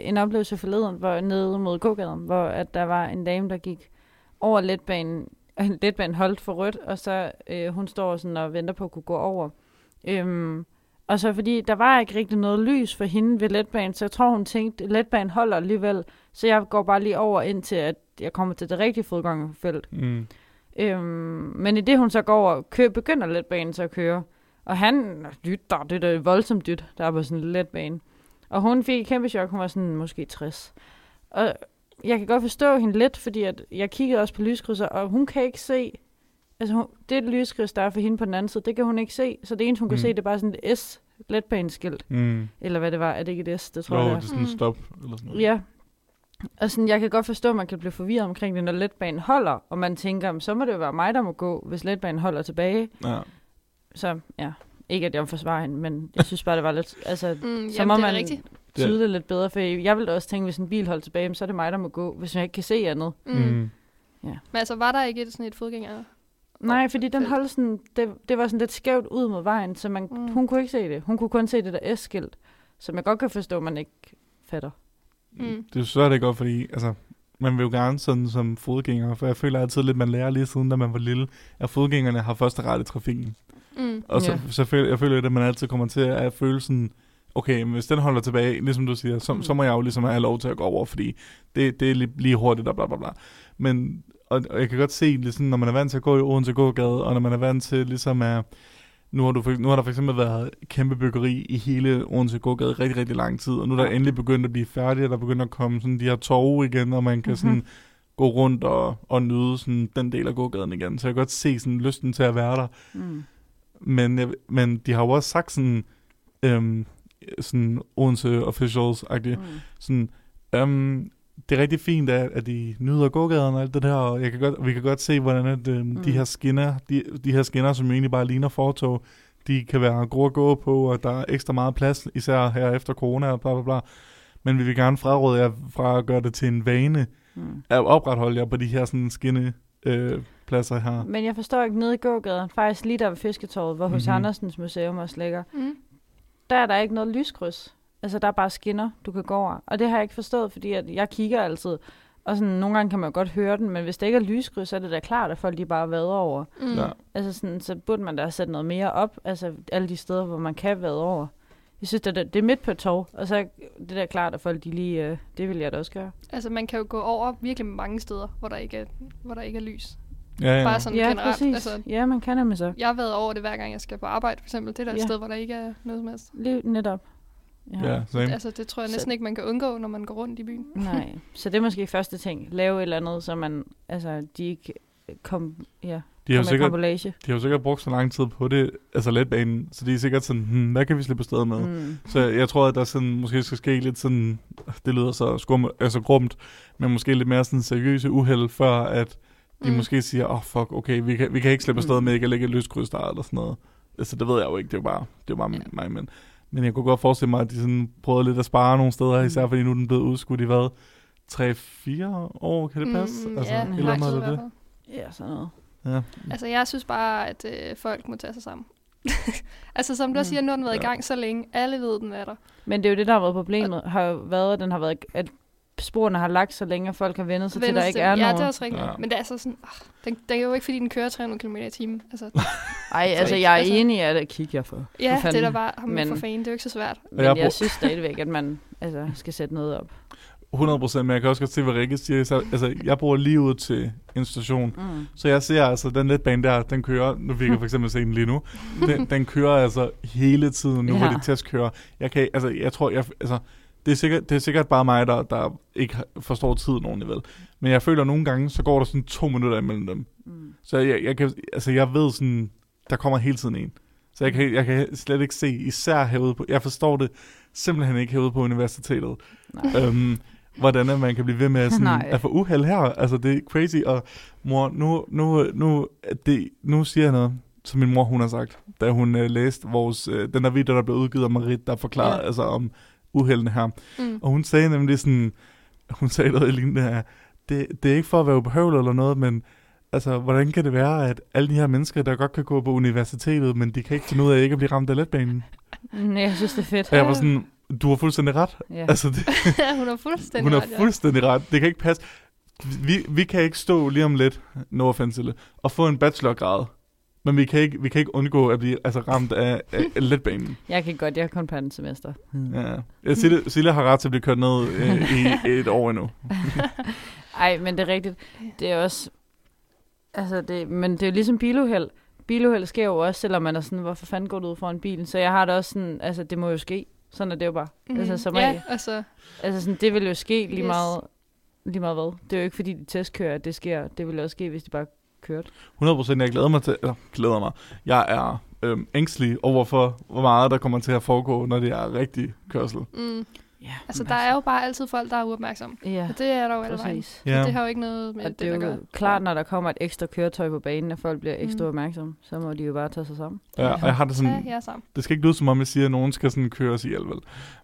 Speaker 3: en oplevelse forleden hvor, nede mod gågaden, hvor at der var en dame, der gik over letbanen, og letbanen holdt for rødt, og så øh, hun står sådan og venter på at kunne gå over. Øhm, og så fordi der var ikke rigtig noget lys for hende ved letbanen, så jeg tror, hun tænkte, letbanen holder alligevel, så jeg går bare lige over indtil, at jeg kommer til det rigtige fodgængerfelt.
Speaker 2: Mm.
Speaker 3: Øhm, men i det, hun så går over, kø, begynder letbanen så at køre. Og han, dyt, der, det er da et voldsomt dyt, der er på sådan en letbane. Og hun fik et kæmpe chok, hun var sådan måske 60. Og jeg kan godt forstå hende lidt, fordi at jeg kiggede også på lyskrydser, og hun kan ikke se, altså hun, det lyskryds, der er for hende på den anden side, det kan hun ikke se. Så det eneste, hun mm. kan
Speaker 2: Mm.
Speaker 3: se, det er bare sådan et S letbaneskilt,
Speaker 2: Mm.
Speaker 3: eller hvad det var. Er det ikke et S? Det tror
Speaker 2: Tror jo,
Speaker 3: jeg, det
Speaker 2: det
Speaker 3: er.
Speaker 2: er sådan
Speaker 4: Mm.
Speaker 2: mm. stop. Eller sådan noget.
Speaker 3: Ja. Og sådan, jeg kan godt forstå, at man kan blive forvirret omkring det, når letbanen holder, og man tænker, "Men så må det jo være mig, der må gå, hvis letbanen holder tilbage.
Speaker 2: ja.
Speaker 3: Så ja, ikke at jeg vil forsvare hende, men jeg synes bare, det var lidt, altså
Speaker 4: Mm,
Speaker 3: Så
Speaker 4: jamen,
Speaker 3: må
Speaker 4: det er
Speaker 3: man-
Speaker 4: rigtigt.
Speaker 2: Det-
Speaker 3: tydeligt lidt bedre, for jeg ville også tænke, hvis en bil holder tilbage, jamen, så er det mig, der må gå, hvis jeg ikke kan se andet.
Speaker 4: Mm. Mm.
Speaker 2: Mm.
Speaker 4: Men altså, var der ikke et, sådan et fodgænger?
Speaker 3: Nej, fordi den
Speaker 4: Felt.
Speaker 3: holdt sådan, det, det var sådan lidt skævt ud mod vejen, så man,
Speaker 4: Mm.
Speaker 3: mm. hun kunne ikke se det. Hun kunne kun se det der S-skilt, som jeg godt kan forstå, man ikke fatter.
Speaker 4: Mm.
Speaker 2: Det er jo så er det godt, fordi altså, man vil jo gerne sådan som fodgænger, for jeg føler altid lidt, man lærer lige siden, da man var lille, at fodgængerne har første ret i trafikken.
Speaker 4: Mm.
Speaker 2: Og så,
Speaker 3: Ja.
Speaker 2: så føler, jeg føler lidt, at man altid kommer til at føle sådan, okay, men hvis den holder tilbage, ligesom du siger, så,
Speaker 3: Mm.
Speaker 2: så må jeg jo ligesom have lov til at gå over, fordi det, det er lige, lige hurtigt og bla bla bla. Men, og, og jeg kan godt se, ligesom, når man er vant til at gå i Odense gågade, og når man er vant til ligesom at, nu har, du for, nu har der for eksempel været kæmpe byggeri i hele Odense gågade rigtig, rigtig lang tid, og nu er der endelig begyndt at blive færdigt, og der begynder at komme sådan de her torve igen, og man kan
Speaker 3: Mhm.
Speaker 2: sådan gå rundt og, og nyde sådan den del af gågaden igen. Så jeg kan godt se sådan lysten til at være der.
Speaker 3: Mm.
Speaker 2: Men, jeg- men de har jo også sagt sådan, øhm, sådan Odense officials
Speaker 3: Mm.
Speaker 2: mm. sådan, øhm, det er rigtig fint, at, at de nyder gågaden og alt det der, og jeg kan godt, vi kan godt se, hvordan at, øhm, mm. de her skinner, de, de her skinner, som jo egentlig bare ligner fortog, de kan være gode at gå på, og der er ekstra meget plads, især her efter corona og bla bla bla. Men vi vil gerne fraråde jer fra at gøre det til en vane,
Speaker 3: Mm.
Speaker 2: at opretholde jer på de her sådan skinne øh, pladser her.
Speaker 3: Men jeg forstår ikke nede i gågaden, faktisk lige der ved Fisketorvet, hvor hos
Speaker 2: Mhm.
Speaker 3: mm-hmm. Andersens Museum også ligger,
Speaker 4: Mm.
Speaker 3: der er der ikke noget lyskryds. Altså, der er bare skinner, du kan gå over. Og det har jeg ikke forstået, fordi at jeg kigger altid. Og sådan, nogle gange kan man godt høre den, men hvis det ikke er lyskryds, så er det da klart, at folk de bare vader over.
Speaker 4: Mm.
Speaker 2: Ja.
Speaker 3: Altså, sådan, så burde man da sætte noget mere op. Altså, alle de steder, hvor man kan vade over. Jeg synes, det er, det er midt på et tog, og så er det der klart, at folk de lige... Øh, det vil jeg da også gøre.
Speaker 4: Altså, man kan jo gå over virkelig mange steder, hvor der ikke er, hvor der ikke er lys.
Speaker 2: Ja, ja.
Speaker 4: Bare sådan
Speaker 3: ja,
Speaker 4: generelt.
Speaker 3: præcis.
Speaker 4: Altså,
Speaker 3: Ja, man kan nemlig så.
Speaker 4: jeg har været over det, hver gang jeg skal på arbejde, for eksempel. Det er der et
Speaker 3: Ja.
Speaker 4: sted, hvor der ikke er noget som helst.
Speaker 3: Lige netop.
Speaker 2: Ja, same.
Speaker 4: Altså, det tror jeg
Speaker 3: Så-
Speaker 4: næsten ikke, man kan undgå, når man går rundt i byen.
Speaker 3: Nej, så det er måske første ting. Lave et eller andet, så man, altså, de ikke kom, ja,
Speaker 2: De har, jo
Speaker 3: kommer i
Speaker 2: sikkert,
Speaker 3: karambolage.
Speaker 2: de har jo sikkert brugt så lang tid på det, altså letbanen, så de er sikkert sådan, hmm, hvad kan vi slippe afsted med? Mm.
Speaker 3: Mm.
Speaker 2: Så jeg tror, at der sådan, måske skal ske lidt sådan, det lyder så skum, altså grumt, men måske lidt mere sådan seriøse uheld, før at de mm. måske siger, åh oh, fuck, okay, vi kan, vi kan ikke slippe afsted
Speaker 3: Mm.
Speaker 2: med ikke at lægge et løskryds der eller sådan noget. Altså det ved jeg jo ikke, det er jo bare, det er jo bare
Speaker 4: Ja.
Speaker 2: ja. mig, men, men jeg kunne godt forestille mig, at de sådan prøvede lidt at spare nogle steder,
Speaker 3: Mm.
Speaker 2: især fordi nu er den blevet udskudt i hvad, 3-4 år, kan det passe?
Speaker 4: Mm, altså, ja,
Speaker 2: et
Speaker 3: men
Speaker 2: eller
Speaker 4: lang
Speaker 2: andet
Speaker 4: tid i
Speaker 2: af
Speaker 4: hvert
Speaker 2: det.
Speaker 4: fald.
Speaker 3: Ja, sådan noget.
Speaker 2: Ja.
Speaker 4: Altså, jeg synes bare, at øh, folk må tage sig sammen. altså, som du også
Speaker 3: Mm.
Speaker 4: siger, nu har den været i
Speaker 2: Ja.
Speaker 4: gang så længe. Alle ved, den er der.
Speaker 3: Men det er jo det, der har været problemet, har jo været, at den har været, at sporene har lagt så længe, at folk har vendt sig Altså, til, at
Speaker 4: Vænner
Speaker 3: der
Speaker 4: sig
Speaker 3: ikke
Speaker 4: til
Speaker 3: er
Speaker 4: den. Ja,
Speaker 3: nogen.
Speaker 4: det er også rigtigt.
Speaker 2: Ja.
Speaker 4: Men det er altså sådan, oh, den, det er jo ikke, fordi den kører 300 km i timen. Altså,
Speaker 3: Ej, altså,
Speaker 4: ikke.
Speaker 3: jeg er
Speaker 4: Altså-
Speaker 3: enig i, at det kigger jeg for.
Speaker 4: ja,
Speaker 3: fanden.
Speaker 4: det er der bare, ham men...
Speaker 3: Men-
Speaker 4: for fanden, det er jo ikke så svært.
Speaker 3: Men
Speaker 2: jeg
Speaker 3: jeg,
Speaker 2: brug-
Speaker 3: synes stadigvæk, at man altså, skal sætte noget op.
Speaker 2: 100 procent, men jeg kan også godt se, hvad Rikke siger. Så, altså, jeg bruger lige ud til en station,
Speaker 3: Mm.
Speaker 2: så jeg ser altså, den letbane der, den kører, nu vi kan for eksempel se den lige nu, den, den kører altså hele tiden, nu ja. hvor
Speaker 3: Ja.
Speaker 2: det testkører. Jeg kan, altså, jeg tror, jeg, altså, det er, sikkert, det er sikkert bare mig, der, der ikke har- forstår tiden ordentligt vel. Men jeg føler nogle gange, så går der sådan to minutter imellem dem.
Speaker 3: Mm.
Speaker 2: Så jeg, jeg, kan, altså, jeg ved sådan, der kommer hele tiden en. Så jeg kan, jeg kan slet ikke se, især herude på, jeg forstår det simpelthen ikke herude på universitetet,
Speaker 3: Nej.
Speaker 2: øhm, hvordan at man kan blive ved med sådan,
Speaker 3: Nej.
Speaker 2: at få uheld her. Altså, det er crazy. Og mor, nu, nu, nu, det, nu siger jeg noget, som min mor hun har sagt, da hun øh, læste vores, øh, den der video, der blev udgivet af Marit, der forklarede ja.
Speaker 3: Ja.
Speaker 2: altså, om uheldene her.
Speaker 4: Mm.
Speaker 2: Og hun sagde nemlig sådan, hun sagde noget lignende af, det, det er ikke for at være ubehøvlet eller noget, men altså, hvordan kan det være, at alle de her mennesker, der godt kan gå på universitetet, men de kan ikke finde ud af ikke at blive ramt af letbanen?
Speaker 3: Mm, Jeg synes, det er fedt.
Speaker 2: Og jeg var sådan, du har fuldstændig ret.
Speaker 3: Ja.
Speaker 2: Altså, det,
Speaker 4: hun er fuldstændig
Speaker 2: hun har
Speaker 4: ret, ja.
Speaker 2: fuldstændig ret. Det kan ikke passe. Vi, vi kan ikke stå lige om lidt, no offense, Sille, og få en bachelorgrad. Men vi kan ikke, vi kan ikke undgå at blive altså, ramt af, af af letbanen.
Speaker 3: Jeg kan godt, jeg har kun på andet semester.
Speaker 2: Ja. Ja, Sille, Sille har ret til at blive kørt ned øh, i et år endnu.
Speaker 3: Ej, men det er rigtigt. Det er også... Altså, det, men det er jo ligesom biluheld. Biluheld sker jo også, selvom man er sådan, hvorfor fanden går du ud foran bilen? Så jeg har det også sådan, altså, det må jo ske. Sådan er det jo bare. Mm. Altså, som
Speaker 4: ja,
Speaker 3: regel.
Speaker 4: altså,
Speaker 3: Altså sådan, det vil jo ske lige
Speaker 4: Yes.
Speaker 3: meget, lige meget hvad. Det er jo ikke fordi, de testkører, at det sker. Det ville også ske, hvis de bare kørte.
Speaker 2: 100% jeg glæder mig til, eller glæder mig, jeg er øhm, ængstelig over for, hvor meget der kommer til at foregå, når det er rigtig kørsel.
Speaker 4: mm,
Speaker 3: Ja,
Speaker 4: altså der er jo bare altid folk, der er uopmærksomme.
Speaker 3: Ja,
Speaker 4: Og det er der jo alle vejen.
Speaker 3: præcis.
Speaker 4: Ja. Det har jo ikke noget med
Speaker 3: Og det er
Speaker 4: at
Speaker 3: jo
Speaker 4: gøre.
Speaker 3: klart, når der kommer et ekstra køretøj på banen, og folk bliver ekstra
Speaker 4: Mm.
Speaker 3: opmærksomme, så må de jo bare tage sig sammen.
Speaker 2: Ja, og jeg har det
Speaker 4: Ja,
Speaker 2: sådan,
Speaker 4: jeg er sammen.
Speaker 2: det skal ikke lyde som om, jeg siger, at nogen skal sådan køres ihjel, vel?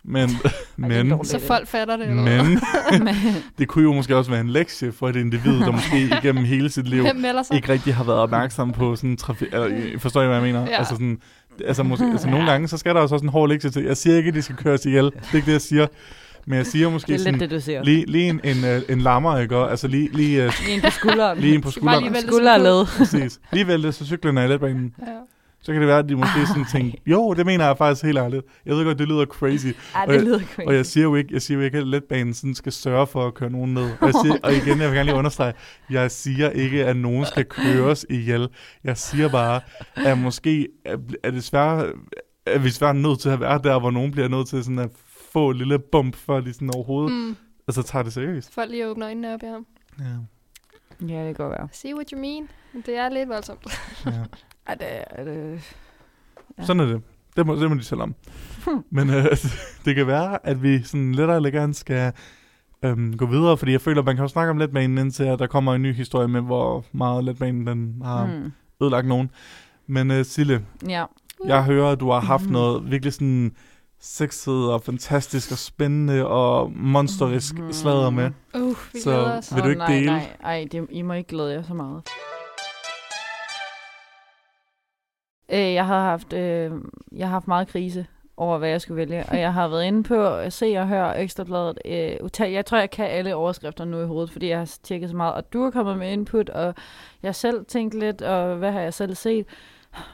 Speaker 2: Men, men,
Speaker 3: dårligt.
Speaker 4: Så folk fatter det. eller hvad?
Speaker 2: men, det kunne jo måske også være en lektie for et individ, der måske igennem hele sit liv
Speaker 4: Hvem melder sig?
Speaker 2: ikke rigtig har været opmærksom på sådan trafik... Eller, øh, forstår I, hvad jeg mener?
Speaker 4: Ja.
Speaker 2: Altså, sådan, altså, måske, altså nogle gange, så skal der også sådan en hård lektie til. Jeg siger ikke, at de skal køres ihjel. Det er ikke det, jeg siger. Men jeg siger måske
Speaker 3: det er lidt
Speaker 2: sådan,
Speaker 3: det, du ser.
Speaker 2: lige, lige en, en, øh, en lammer, ikke? Og Altså lige, lige, øh,
Speaker 3: Lige en på skulderen.
Speaker 2: lige en på
Speaker 4: Skal bare
Speaker 2: skulderen.
Speaker 4: lige vælte
Speaker 3: Skulder og
Speaker 4: sådan
Speaker 3: led.
Speaker 2: Præcis. Lige vælte, så cyklen er i letbanen.
Speaker 4: Ja.
Speaker 2: Så kan det være, at de
Speaker 4: Ah.
Speaker 2: måske sådan tænker, jo, det mener jeg faktisk helt ærligt. Jeg ved godt, det lyder crazy.
Speaker 3: Ej,
Speaker 2: Og jeg-
Speaker 3: det lyder crazy.
Speaker 2: Og jeg siger jo ikke, jeg siger jo ikke at letbanen sådan skal sørge for at køre nogen ned. Og, jeg siger, og igen, jeg vil gerne lige understrege, jeg siger ikke, at nogen skal køres ihjel. Jeg siger bare, at måske er, er det svære, er vi svært nødt til at være der, hvor nogen bliver nødt til sådan at få et lille bump, før de sådan overhovedet, mm.
Speaker 4: Mm,
Speaker 2: altså tager det seriøst.
Speaker 4: folk lige åbner øjnene op i ham.
Speaker 2: Ja,
Speaker 3: Ja, det kan godt være.
Speaker 4: See what you mean. Men Det er lidt voldsomt.
Speaker 2: ja.
Speaker 3: Ej, det er det... Ja.
Speaker 2: Sådan er det. Det må, det må de selv om. Men øh, det kan være, at vi sådan lettere eller gerne skal øhm, gå videre, fordi jeg føler, at man kan jo snakke om letbanen, indtil at der kommer en ny historie med, hvor meget letbanen den har mm.
Speaker 3: Mm.
Speaker 2: ødelagt nogen. Men øh, Sille,
Speaker 3: Ja.
Speaker 2: jeg hører, at du har haft mm.
Speaker 3: Mhm.
Speaker 2: noget virkelig sådan sexet og fantastisk og spændende og monsterisk mm. sladder med.
Speaker 4: Uh, vi
Speaker 2: Så-
Speaker 4: glæder os.
Speaker 2: Vil du
Speaker 3: Hmm. Åh,
Speaker 2: ikke
Speaker 3: nej,
Speaker 2: dele?
Speaker 3: Nej, nej, det, I må ikke glæde jer så meget. Øh, jeg har haft, øh, jeg har haft meget krise over, hvad jeg skulle vælge, og jeg har været inde på at se og høre Ekstrabladet. Øh, utal- jeg tror, jeg kan alle overskrifter nu i hovedet, fordi jeg har tjekket så meget, og du er kommet med input, og jeg selv tænkte lidt, og hvad har jeg selv set?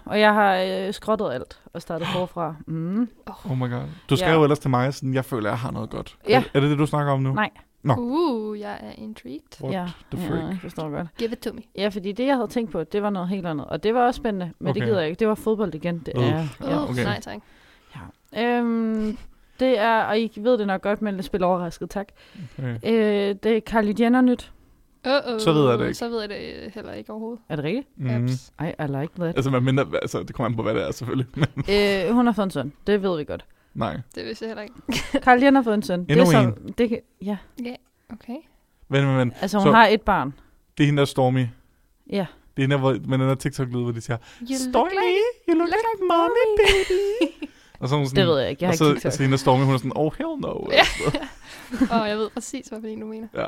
Speaker 3: Og jeg har øh, skrottet alt og
Speaker 2: Ah.
Speaker 3: startet forfra. Mm.
Speaker 2: Oh my god. Du skrev
Speaker 3: Ja.
Speaker 2: jo ellers til mig, sådan, jeg føler, at jeg har noget godt.
Speaker 3: Ja.
Speaker 2: Er, er det det, du snakker om nu?
Speaker 3: Nej.
Speaker 4: Uh, jeg er intrigued.
Speaker 2: What
Speaker 3: ja,
Speaker 2: the
Speaker 3: ja,
Speaker 2: freak?
Speaker 3: jeg forstår godt.
Speaker 4: Give it to me.
Speaker 3: Ja, fordi det, jeg havde tænkt på, det var noget helt andet. Og det var også spændende, men okay.
Speaker 2: Okay.
Speaker 3: det gider jeg ikke. Det var fodbold igen. Det
Speaker 2: Uff.
Speaker 3: er,
Speaker 4: Uh,
Speaker 3: ja.
Speaker 2: okay.
Speaker 4: Nej, tak.
Speaker 3: Øhm, det er, og I ved det nok godt, men lidt spil overrasket, tak.
Speaker 2: Okay.
Speaker 3: Øh, det er Kylie Jenner nyt.
Speaker 4: Uh, uh,
Speaker 2: Så ved jeg det ikke.
Speaker 4: Så ved jeg det heller ikke overhovedet.
Speaker 3: Er det rigtigt?
Speaker 2: Mm.
Speaker 4: Apps.
Speaker 3: Ej, I like that.
Speaker 2: Altså, man minder, altså, det kommer an på, hvad det er, selvfølgelig. Men,
Speaker 3: øh, hun har fået en søn. Det ved vi godt.
Speaker 2: nej.
Speaker 4: Det vidste jeg heller ikke.
Speaker 3: Kylie Jenner har fået en søn. det
Speaker 2: Endnu
Speaker 3: er så, det, kan- ja,
Speaker 4: Okay.
Speaker 2: Vent, vent, vent.
Speaker 3: altså hun
Speaker 2: Så-
Speaker 3: så. har et barn.
Speaker 2: Det er hende, der er Stormy.
Speaker 3: Ja.
Speaker 2: Det er hende, der, hvor, med den der TikTok-lyd, hvor de siger,
Speaker 4: You look
Speaker 2: Stormy,
Speaker 4: like...
Speaker 2: you look like, mommy, baby. og så er hun sådan,
Speaker 3: Det ved jeg ikke. Jeg har
Speaker 2: og så,
Speaker 3: ikke
Speaker 2: og så
Speaker 3: TikTok.
Speaker 2: hende, der Stormy, hun er sådan, oh, hell no.
Speaker 4: Ja. Åh, oh, jeg ved præcis, hvad for en du mener.
Speaker 2: ja.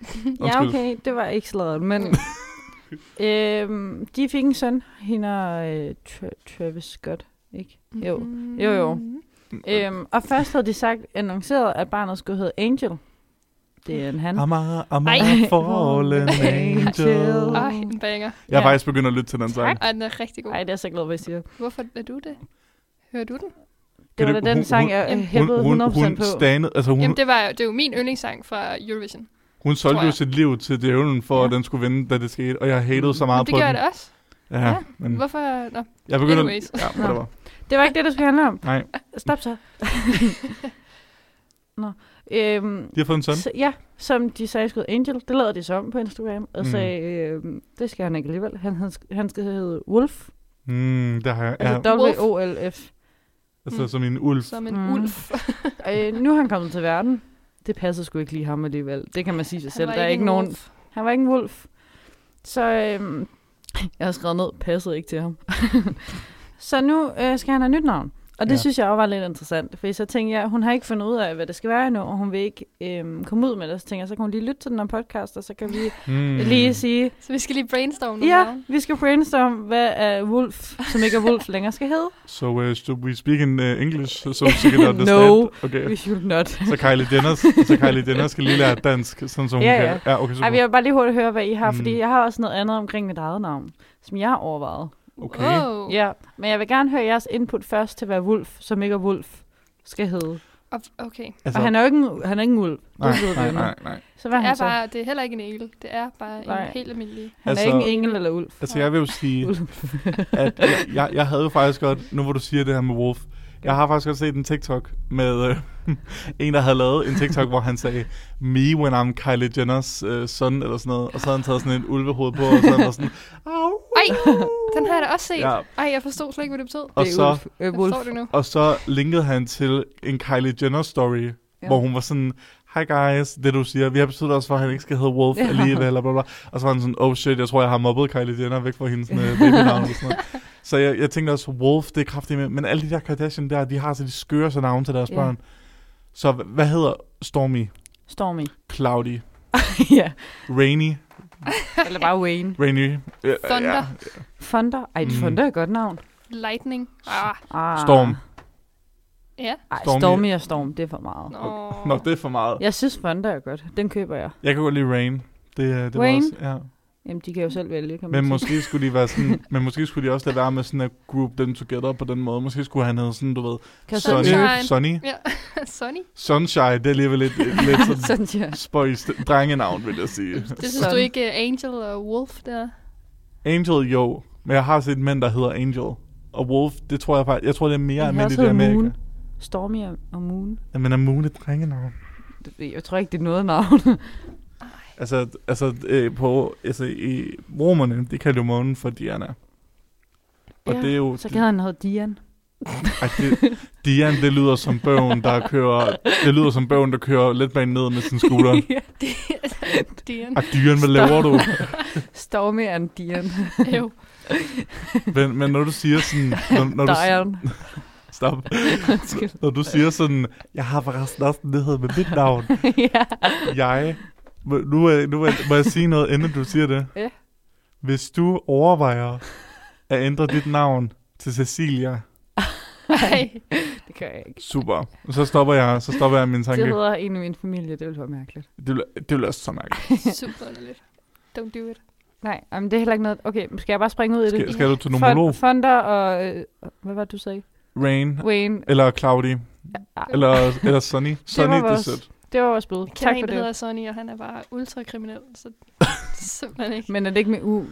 Speaker 3: Ja, okay. Det var ikke sladret, men... øhm, de fik en søn. Hende og øh, Tra- Travis Scott, ikke? Jo. Jo, jo.
Speaker 4: Mm.
Speaker 3: Øhm, og først havde de sagt, annonceret, at barnet skulle hedde Angel. Det er en han.
Speaker 2: I'm a, I'm a
Speaker 4: Ej.
Speaker 2: fallen angel.
Speaker 3: Angel.
Speaker 4: Ej, en banger.
Speaker 2: Jeg har
Speaker 3: Ja.
Speaker 2: faktisk begyndt at lytte til den sang.
Speaker 4: Ej, den er rigtig god.
Speaker 3: Ej, det er jeg så glad, hvad jeg siger.
Speaker 4: Hvorfor er du det? Hører du den?
Speaker 3: Det var
Speaker 2: Kan
Speaker 3: da
Speaker 2: du-
Speaker 3: den
Speaker 2: hun-
Speaker 3: sang,
Speaker 2: hun-
Speaker 3: jeg
Speaker 4: hun-
Speaker 3: hæppede 100%
Speaker 2: hun, hun
Speaker 3: på.
Speaker 2: standede, altså hun,
Speaker 4: Jamen, det var jo, det er jo min yndlingssang fra Eurovision.
Speaker 2: hun solgte
Speaker 4: tror
Speaker 2: jo
Speaker 4: jeg.
Speaker 2: sit liv til djævlen for,
Speaker 4: Ja.
Speaker 2: at den skulle vinde, da det skete, og jeg hatede så
Speaker 4: Men
Speaker 2: meget
Speaker 4: det
Speaker 2: på
Speaker 4: gør jeg
Speaker 2: den.
Speaker 4: det også.
Speaker 2: Ja,
Speaker 4: Ja.
Speaker 2: men
Speaker 4: Hvorfor? Nå,
Speaker 2: jeg begynder...
Speaker 4: anyways.
Speaker 2: Ja, whatever.
Speaker 3: Det var ikke det, det skulle handle om.
Speaker 2: Nej,
Speaker 3: Stop så. Nå. Øhm,
Speaker 2: de har fået en søn.
Speaker 3: så, ja, som de sagde, skulle Angel. Det lavede de så om på Instagram, og
Speaker 2: Mm.
Speaker 3: mm. sagde, øhm, det skal han ikke alligevel. Han, han, sk- han skal hedde Wolf.
Speaker 2: Mm, det har jeg. Ja,
Speaker 3: Altså
Speaker 4: Wolf.
Speaker 3: W-O-L-F.
Speaker 2: altså
Speaker 4: Mm.
Speaker 2: som en ulv.
Speaker 4: Som en
Speaker 3: Mm.
Speaker 4: ulv.
Speaker 3: Øh, nu er han kommet til verden. Det passer sgu ikke lige ham alligevel. Det kan man sige sig
Speaker 4: Han
Speaker 3: selv.
Speaker 4: var
Speaker 3: Der er
Speaker 4: ikke
Speaker 3: ikke
Speaker 4: en
Speaker 3: nogen...
Speaker 4: wolf.
Speaker 3: Han var ikke en wolf. Så øhm, jeg har skrevet ned, passede ikke til ham. så nu øh, skal han have nyt navn. Og det
Speaker 2: Ja.
Speaker 3: ja. synes jeg også var lidt interessant, for så tænkte jeg, hun har ikke fundet ud af, hvad det skal være endnu, og hun vil ikke øhm, komme ud med det. Så tænker jeg, så kan hun lige lytte til den her podcast, og så kan vi
Speaker 2: Mm.
Speaker 3: lige sige,
Speaker 4: Så vi skal lige brainstorme nogle
Speaker 3: ja,
Speaker 4: navne.
Speaker 3: vi skal brainstorme, hvad er Wolf, som ikke er Wolf længere, skal hedde.
Speaker 2: So, uh, should we speak in uh, English, so she can understand?
Speaker 3: No.
Speaker 2: Okay.
Speaker 3: We should not.
Speaker 2: Så Kylie Jenner, så Kylie Jenner skal lige lære dansk, sådan som hun
Speaker 3: Ja,
Speaker 2: kan. Ja, okay, super.
Speaker 3: Ej, jeg vil bare lige hurtigt høre, hvad I har, mm.
Speaker 2: Mm.
Speaker 3: fordi jeg har også noget andet omkring mit eget navn, som jeg har overvejet.
Speaker 2: Okay.
Speaker 4: Wow.
Speaker 3: Ja, men jeg vil gerne høre jeres input først til, hvad Wolf, som ikke er Wolf, skal hedde.
Speaker 4: Op- Okay.
Speaker 3: Altså, og han er jo ikke en, han er ikke en ulv.
Speaker 2: nej,
Speaker 3: det ved vi
Speaker 2: nej,
Speaker 3: jo nu.
Speaker 2: nej, nej.
Speaker 3: Så hvad er
Speaker 4: Det
Speaker 3: han
Speaker 4: er,
Speaker 3: så?
Speaker 4: bare, det er heller ikke en egel. Det er bare
Speaker 3: Nej.
Speaker 4: en helt almindelig.
Speaker 3: Han altså, er
Speaker 2: Altså-
Speaker 3: ikke en engel eller ulv.
Speaker 2: Altså, jeg vil jo sige,
Speaker 3: Ulv.
Speaker 2: at jeg, jeg, jeg havde jo faktisk godt, nu hvor du siger det her med Wolf, Jeg har faktisk også set en TikTok med øh, en, der havde lavet en TikTok, hvor han sagde, me when I'm Kylie Jenners øh, søn, eller sådan noget. Og så havde han taget sådan en ulvehoved på, og så han var sådan, au.
Speaker 4: Ej, den har jeg da også set.
Speaker 2: Ja.
Speaker 4: Ja. Ej, jeg forstod slet ikke, hvad det betød.
Speaker 2: Og
Speaker 3: det er
Speaker 2: så,
Speaker 3: Ulf, øh,
Speaker 4: Jeg
Speaker 3: Wolf.
Speaker 4: forstår det nu.
Speaker 2: og så linkede han til en Kylie Jenner story, ja. hvor hun var sådan, hi guys, det du siger, vi har besluttet os for, at han ikke skal hedde Wolf ja.
Speaker 3: Ja.
Speaker 2: alligevel, eller bla, bla. og så var han sådan, oh shit, jeg tror, jeg har mobbet Kylie Jenner væk fra hendes øh, babynavn og sådan noget. Så jeg, jeg tænkte også, Wolf, det er kraftigt med, men alle de der Kardashian der, de har så de skøreste navne til deres
Speaker 3: Ja.
Speaker 2: børn. Så h- hvad hedder Stormy,
Speaker 3: Stormy.
Speaker 2: Cloudy,
Speaker 3: ja.
Speaker 2: Rainy,
Speaker 3: Eller bare Wayne.
Speaker 2: Rainy, øh,
Speaker 4: Thunder,
Speaker 3: Thunder. Ej,
Speaker 2: Mm.
Speaker 3: mm. Thunder er et godt navn.
Speaker 4: lightning. Ah,
Speaker 3: Ah.
Speaker 2: Storm.
Speaker 4: ja.
Speaker 3: Ej,
Speaker 2: Stormy.
Speaker 3: Stormy. Stormy og Storm, det er for meget.
Speaker 4: Nå.
Speaker 2: Nå, det er for meget.
Speaker 3: Jeg synes, Thunder er godt. Den køber jeg.
Speaker 2: Jeg kan godt lide Rain. Det, øh, det var
Speaker 3: Rain?
Speaker 2: også, ja.
Speaker 3: Jamen, de kan jo selv vælge, kan man
Speaker 2: Men
Speaker 3: sige.
Speaker 2: måske skulle de være sådan, men måske skulle de også lade være med sådan at group them together på den måde. Måske skulle han hedde sådan, du ved,
Speaker 3: Kan
Speaker 4: Sunny.
Speaker 3: Sunny.
Speaker 4: Sunshine.
Speaker 2: Sunny.
Speaker 4: ja. Sunny.
Speaker 2: Sunshine, det er alligevel lidt, lidt sådan
Speaker 3: Sådan, ja.
Speaker 2: spøjst drengenavn, vil jeg sige.
Speaker 4: Det synes
Speaker 3: Sådan.
Speaker 4: du ikke uh, Angel og Wolf der?
Speaker 2: Angel, jo. Men jeg har set mænd, der hedder Angel. Og Wolf, det tror jeg faktisk, jeg tror, det er mere
Speaker 3: har
Speaker 2: almindeligt
Speaker 3: også
Speaker 2: i
Speaker 3: heddet
Speaker 2: Amerika.
Speaker 3: Moon. Stormy og- og Moon.
Speaker 2: Ja, men er Moon et drengenavn?
Speaker 3: Det- Jeg tror ikke, det er noget navn.
Speaker 2: Altså, altså, øh, på, altså i romerne, det kalder jo månen for Diana. Og
Speaker 3: Ja,
Speaker 2: det er jo...
Speaker 3: Så kan han hedde Dian.
Speaker 2: Ej, det, Dian, det lyder som bøven, der kører... Det lyder som bøven, der kører lidt bag ned med sin scooter.
Speaker 4: Dian.
Speaker 2: Ah, dyren, hvad laver du?
Speaker 3: Stormy and Dian.
Speaker 4: Jo.
Speaker 2: Men, men når du siger sådan... Når, når du,
Speaker 3: Dian.
Speaker 2: stop. Når du siger sådan... Jeg har forresten også en nyhed med mit navn.
Speaker 3: ja.
Speaker 2: Jeg... Må- Nu, er- nu er- må jeg sige noget, inden du siger det.
Speaker 3: Ja.
Speaker 2: Hvis du overvejer at ændre dit navn til Cecilia,
Speaker 4: Ej.
Speaker 3: Det kan jeg ikke.
Speaker 2: super. Så stopper jeg, så stopper jeg min
Speaker 3: Det
Speaker 2: tanke.
Speaker 3: hedder en i min familie, det ville være mærkeligt.
Speaker 2: Det vil, det vil også så mærkeligt.
Speaker 4: Super underligt. Don't do it.
Speaker 3: Nej, jamen, det er heller ikke noget. Okay, skal jeg bare springe ud i det?
Speaker 2: Skal, skal du til
Speaker 3: Fun-
Speaker 2: nomolog?
Speaker 3: Funder og... øh, Hvad var det, du sagde?
Speaker 2: Rain,
Speaker 3: Wayne.
Speaker 2: eller Cloudy,
Speaker 3: Ah,
Speaker 2: eller, eller Sunny. Sunny, det, er
Speaker 3: vores-
Speaker 2: sødt.
Speaker 3: Det var vores bud.
Speaker 4: Jeg kender
Speaker 3: Tak
Speaker 4: en,
Speaker 3: for
Speaker 4: der
Speaker 3: det.
Speaker 4: hedder Sonny, og han er bare ultrakriminel, så simpelthen ikke.
Speaker 3: Men er det ikke med U,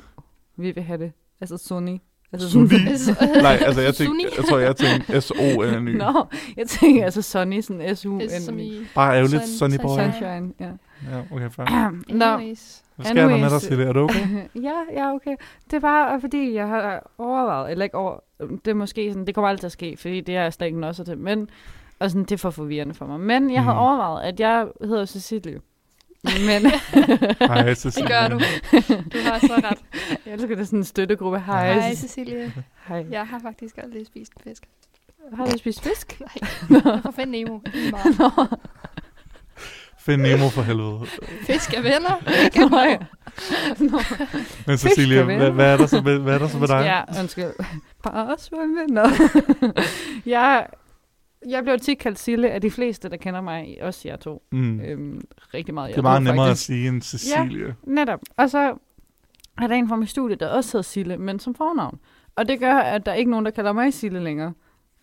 Speaker 3: vi vil have det? Altså Sunny. Altså
Speaker 2: Sunny?
Speaker 3: sådan-
Speaker 2: Nej, altså jeg,
Speaker 4: Sunny.
Speaker 2: tænkte, jeg tror, jeg tænkte S-O-N-N-Y.
Speaker 3: Nå, jeg tænker altså Sunny, sådan s u
Speaker 4: Som
Speaker 3: n
Speaker 4: i...
Speaker 2: Bare ærgerligt,
Speaker 4: Sun-
Speaker 2: Sunny Boy.
Speaker 4: sunshine.
Speaker 3: Sunshine, ja.
Speaker 2: Ja, okay, fair.
Speaker 3: Nå,
Speaker 4: Anyways.
Speaker 2: Hvad sker der med
Speaker 3: Anyways,
Speaker 2: dig, Silje? Er du okay?
Speaker 3: ja, ja, okay. Det er bare, fordi jeg har overvejet, eller ikke over, det er måske sådan, det kommer aldrig til at ske, fordi det er jeg slet ikke også til, men, og sådan, det er for forvirrende for mig. Men jeg mm. havde
Speaker 2: Mhm.
Speaker 3: overvejet, at jeg hedder Cecilie. Men
Speaker 2: Hej,
Speaker 4: Det
Speaker 2: Cecilia.
Speaker 4: gør du. Du har så ret.
Speaker 3: jeg elsker det er sådan en støttegruppe. Hej.
Speaker 4: Hej,
Speaker 3: Cecilie.
Speaker 4: Cecilie.
Speaker 3: Hej. Ja.
Speaker 4: Jeg har faktisk aldrig spist fisk.
Speaker 3: Har du spist fisk?
Speaker 4: Nej, jeg får fandt Nemo. Lige meget.
Speaker 2: Find Nemo for helvede.
Speaker 4: Fisk er venner.
Speaker 3: Nå, ja. Nå.
Speaker 2: Men Cecilia,
Speaker 3: Fiskevenner.
Speaker 2: hvad, hvad, er der så med, hvad er der så med dig?
Speaker 3: Ja, undskyld. Bare også være med. Nå. jeg, jeg bliver tit kaldt Sille af de fleste, der kender mig. Også jer to.
Speaker 2: Mm.
Speaker 3: Øhm, rigtig meget. jer
Speaker 2: Det er meget
Speaker 3: to,
Speaker 2: nemmere at
Speaker 3: faktisk.
Speaker 2: sige end Cecilia.
Speaker 3: Netop. Og så er der en fra mit studie, der også hedder Sille, men som fornavn. Og det gør, at der er ikke nogen, der kalder mig Sille længere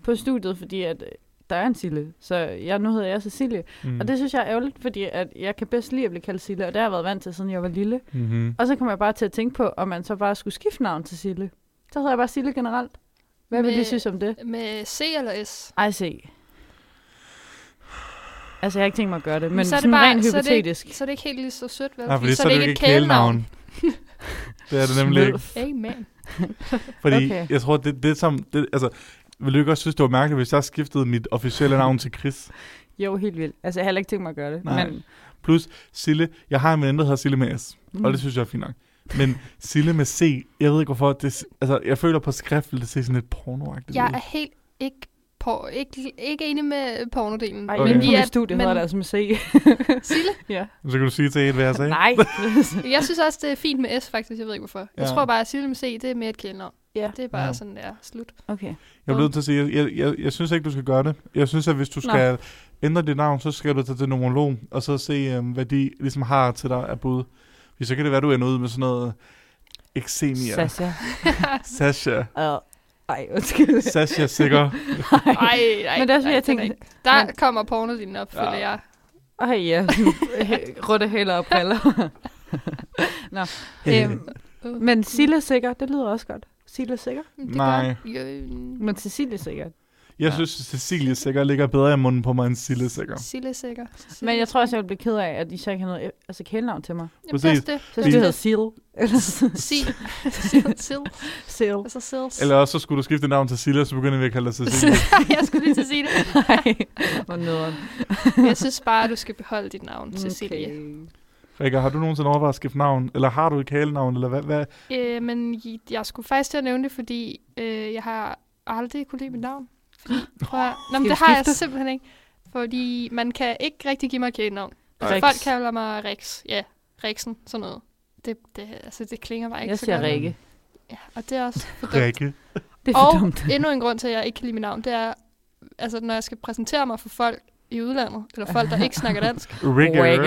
Speaker 3: på studiet, fordi at øh, der er en Sille. Så jeg, nu hedder jeg Cecilie.
Speaker 2: Mm.
Speaker 3: Mm. Og det synes jeg er ærgerligt, fordi at jeg kan bedst lide at blive kaldt Sille, og det har jeg været vant til, siden jeg var lille.
Speaker 2: Mm-hmm.
Speaker 3: Og så kom jeg bare til at tænke på, om man så bare skulle skifte navn til Sille. Så hedder jeg bare Sille generelt. Hvad vil
Speaker 4: Men-
Speaker 3: I synes om det?
Speaker 4: Med C eller S?
Speaker 3: Ej, se. Altså, jeg har ikke tænkt mig at gøre det, men, men
Speaker 4: så er det
Speaker 3: sådan
Speaker 4: bare-
Speaker 3: rent
Speaker 4: så er det ikke-
Speaker 3: hypotetisk.
Speaker 4: Så er det ikke helt lige så sødt, vel?
Speaker 2: Nej, fordi så er det jo ikke et kælenavn. Det er det nemlig ikke.
Speaker 4: Amen.
Speaker 2: Fordi okay.
Speaker 3: Okay.
Speaker 2: jeg tror, det, det som... Det, altså, ville du ikke også synes, det var mærkeligt, hvis jeg skiftede mit officielle navn til Chris?
Speaker 3: Jo, helt vildt. Altså, jeg har heller ikke tænkt mig at gøre det.
Speaker 2: Nej.
Speaker 3: Men,
Speaker 2: Plus, Sille, jeg har en veninde, der hedder Sille med S, mm. og det synes jeg er fint nok. Men Sille med C, jeg ved ikke hvorfor, det, altså, jeg føler på skrift, det ser sådan lidt pornoagtigt
Speaker 4: Jeg
Speaker 2: ud.
Speaker 4: er helt ikke, på, ikke, ikke enig med øh, pornodelen.
Speaker 3: Ej,
Speaker 2: Okay.
Speaker 3: okay.
Speaker 2: Men
Speaker 3: men
Speaker 2: de
Speaker 3: i
Speaker 4: er-
Speaker 3: mit studie
Speaker 4: men-
Speaker 3: hedder det altså med C.
Speaker 4: Sille?
Speaker 3: ja.
Speaker 2: Så Altså, kan du sige til et, hvad jeg sagde?
Speaker 3: Nej.
Speaker 4: Jeg synes også, det er fint med S, faktisk. Jeg ved ikke, hvorfor.
Speaker 2: Ja.
Speaker 4: Jeg tror bare, at Sille med C, det er mere et kælenavn.
Speaker 3: ja.
Speaker 4: Det er bare
Speaker 2: Ja.
Speaker 4: sådan, der slut.
Speaker 3: Okay.
Speaker 2: Jeg bliver nødt til at sige, jeg, jeg, jeg, jeg synes ikke, du skal gøre det. Jeg synes, at hvis du
Speaker 3: Nå.
Speaker 2: skal Nå. ændre dit navn, så skal du tage til nomolog, og så se, øhm, hvad de ligesom har til dig af bud. Fordi så kan det være, du ender ud med sådan noget øh, eksenia.
Speaker 3: Sasha.
Speaker 2: Sasha.
Speaker 3: Uh, ej, undskyld.
Speaker 2: Sasha sikker.
Speaker 4: Ej, ej,
Speaker 3: Men det er også, jeg
Speaker 4: ej, den er
Speaker 3: tænkte-
Speaker 4: ikke- Der
Speaker 3: Men-
Speaker 4: kommer pornodelen op, føler
Speaker 2: Ja.
Speaker 4: jeg.
Speaker 3: Ej, ja. Rutte hæler og briller. Nå. Øhm,
Speaker 4: Uh,
Speaker 3: men Sille sikker, det lyder også godt. Sille sikker.
Speaker 4: det gør-
Speaker 2: nej.
Speaker 4: Jo, mm,
Speaker 3: Men Cecilie sikker.
Speaker 2: Jeg ja. synes, at Cecilie sikker ligger bedre i munden på mig end Sille sikker.
Speaker 4: Sille sikker.
Speaker 3: Men jeg tror også, jeg ville blive ked af, at I så ikke havde noget altså, kælenavn til mig.
Speaker 4: Jamen, det er
Speaker 2: Præcis.
Speaker 4: også det.
Speaker 3: Så skulle det hedde
Speaker 4: det.
Speaker 3: Sil. Eller
Speaker 4: Sil. Sil. Sil.
Speaker 3: Sil.
Speaker 4: Altså Sils.
Speaker 2: Eller også så skulle du skifte navn til Sille, og så begynder vi at kalde dig Cecilie.
Speaker 4: jeg skulle lige til at sige det.
Speaker 3: Nej, Mm, hvor nederen.
Speaker 4: Jeg synes bare, at du skal beholde dit navn, Cecilie.
Speaker 2: Rikke, har du nogensinde overvejet at skifte navn? Eller har du et kælenavn? Eller hvad, hvad?
Speaker 4: Øh, men i- jeg skulle faktisk til at nævne det, fordi øh, jeg har aldrig kunne lide mit navn. Fordi, prøv at, Nå, men
Speaker 3: Skal
Speaker 4: det
Speaker 3: vi
Speaker 4: har jeg
Speaker 3: skifte?
Speaker 4: simpelthen ikke. Fordi man kan ikke rigtig give mig et kælenavn. Altså,
Speaker 3: Rex.
Speaker 4: Folk kalder mig Rex. Ja, Rexen, sådan noget. Det, det, altså, det klinger bare ikke
Speaker 3: Jeg
Speaker 4: så
Speaker 3: siger
Speaker 4: godt.
Speaker 3: Rikke.
Speaker 4: Ja, og det er også for dumt.
Speaker 2: Rikke.
Speaker 3: Det er for
Speaker 4: Og
Speaker 3: dumt.
Speaker 4: endnu en grund til, at jeg ikke kan lide mit navn, det er, altså, når jeg skal præsentere mig for folk i udlandet, eller folk, der ikke snakker dansk,
Speaker 2: Rikke. Rikke.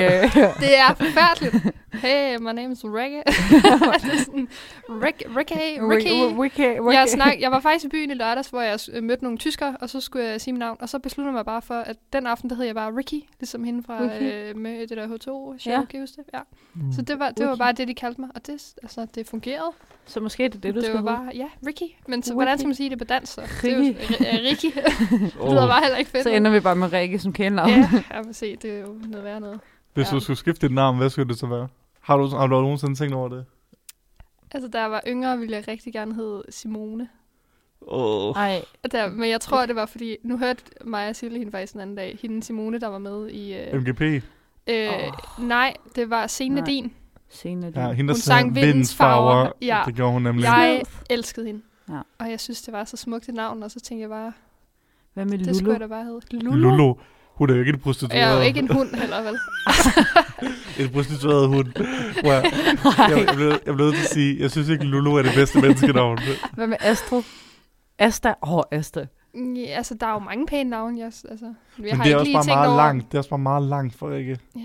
Speaker 4: det er forfærdeligt. Hey, my name is Rikke. Det er sådan, Rikke, Rikke, Rikke.
Speaker 3: Ricky.
Speaker 4: Jeg, snak, jeg var faktisk i byen i lørdags, hvor jeg øh, mødte nogle tyskere, og så skulle jeg sige mit navn, og så besluttede jeg mig bare for, at den aften, der hed jeg bare Ricky, ligesom hende fra
Speaker 3: Ricky.
Speaker 4: øh, med det der H2, show,
Speaker 3: Ja.
Speaker 4: ja. kan I huske det? Ja.
Speaker 2: Mm.
Speaker 4: Så det var, det var
Speaker 3: Ricky.
Speaker 4: bare det, de kaldte mig, og det, altså, det fungerede.
Speaker 3: Så måske er det det, du
Speaker 4: det
Speaker 3: skal
Speaker 4: var
Speaker 3: hedde.
Speaker 4: bare, ja, Ricky. Men så,
Speaker 3: Ricky.
Speaker 4: hvordan skal man sige det på dansk? Så? Det er jo-
Speaker 3: Ricky.
Speaker 4: Ri- øh, Ricky. Det lyder bare heller ikke fedt.
Speaker 3: Så ender vi bare med Rikke som kælenavn.
Speaker 4: Ja, jeg må se, det er jo noget værre noget.
Speaker 2: Hvis
Speaker 4: Ja.
Speaker 2: du skulle skifte dit navn, hvad skulle det så være? Har du, har du nogensinde tænkt over det?
Speaker 4: Altså, da jeg var yngre, ville jeg rigtig gerne hedde Simone.
Speaker 2: Oh.
Speaker 3: Nej,
Speaker 4: Og Der, men jeg tror, det var fordi, nu hørte mig og Sille hende faktisk den anden dag, hende Simone, der var med i... Øh,
Speaker 2: MGP.
Speaker 4: øh, nej, det var Sene
Speaker 3: Nej.
Speaker 4: Din.
Speaker 3: senere.
Speaker 2: Ja,
Speaker 3: din.
Speaker 2: hende, der
Speaker 4: Hun sang Vindens Farver. Ja.
Speaker 2: Det gjorde hun nemlig.
Speaker 4: Jeg elskede hende.
Speaker 3: Ja.
Speaker 4: Og jeg synes, det var så smukt et navn, og så tænkte jeg bare,
Speaker 3: Hvad med
Speaker 4: det skulle
Speaker 3: Lulu?
Speaker 4: jeg da bare hedde.
Speaker 2: Lulu. Lulu. Hun er jo ikke en
Speaker 4: Og
Speaker 2: prostitueret.
Speaker 4: Jeg er jo ikke en hund heller, vel?
Speaker 2: En prostitueret hund. Hvor jeg, jeg, jeg, blev, jeg blev nødt til at sige, jeg synes ikke, Lulu er det bedste menneskenavn.
Speaker 3: Hvad med Astrid? Asta? Åh, oh, Asta.
Speaker 4: Ja, altså, der er jo mange pæne navne, jeg, altså. Jeg
Speaker 2: Men det
Speaker 4: har
Speaker 2: er
Speaker 4: ikke
Speaker 2: også
Speaker 4: lige
Speaker 2: bare
Speaker 4: tænkt
Speaker 2: meget
Speaker 4: over...
Speaker 2: langt. Det er også bare meget langt for ikke.
Speaker 4: Ja.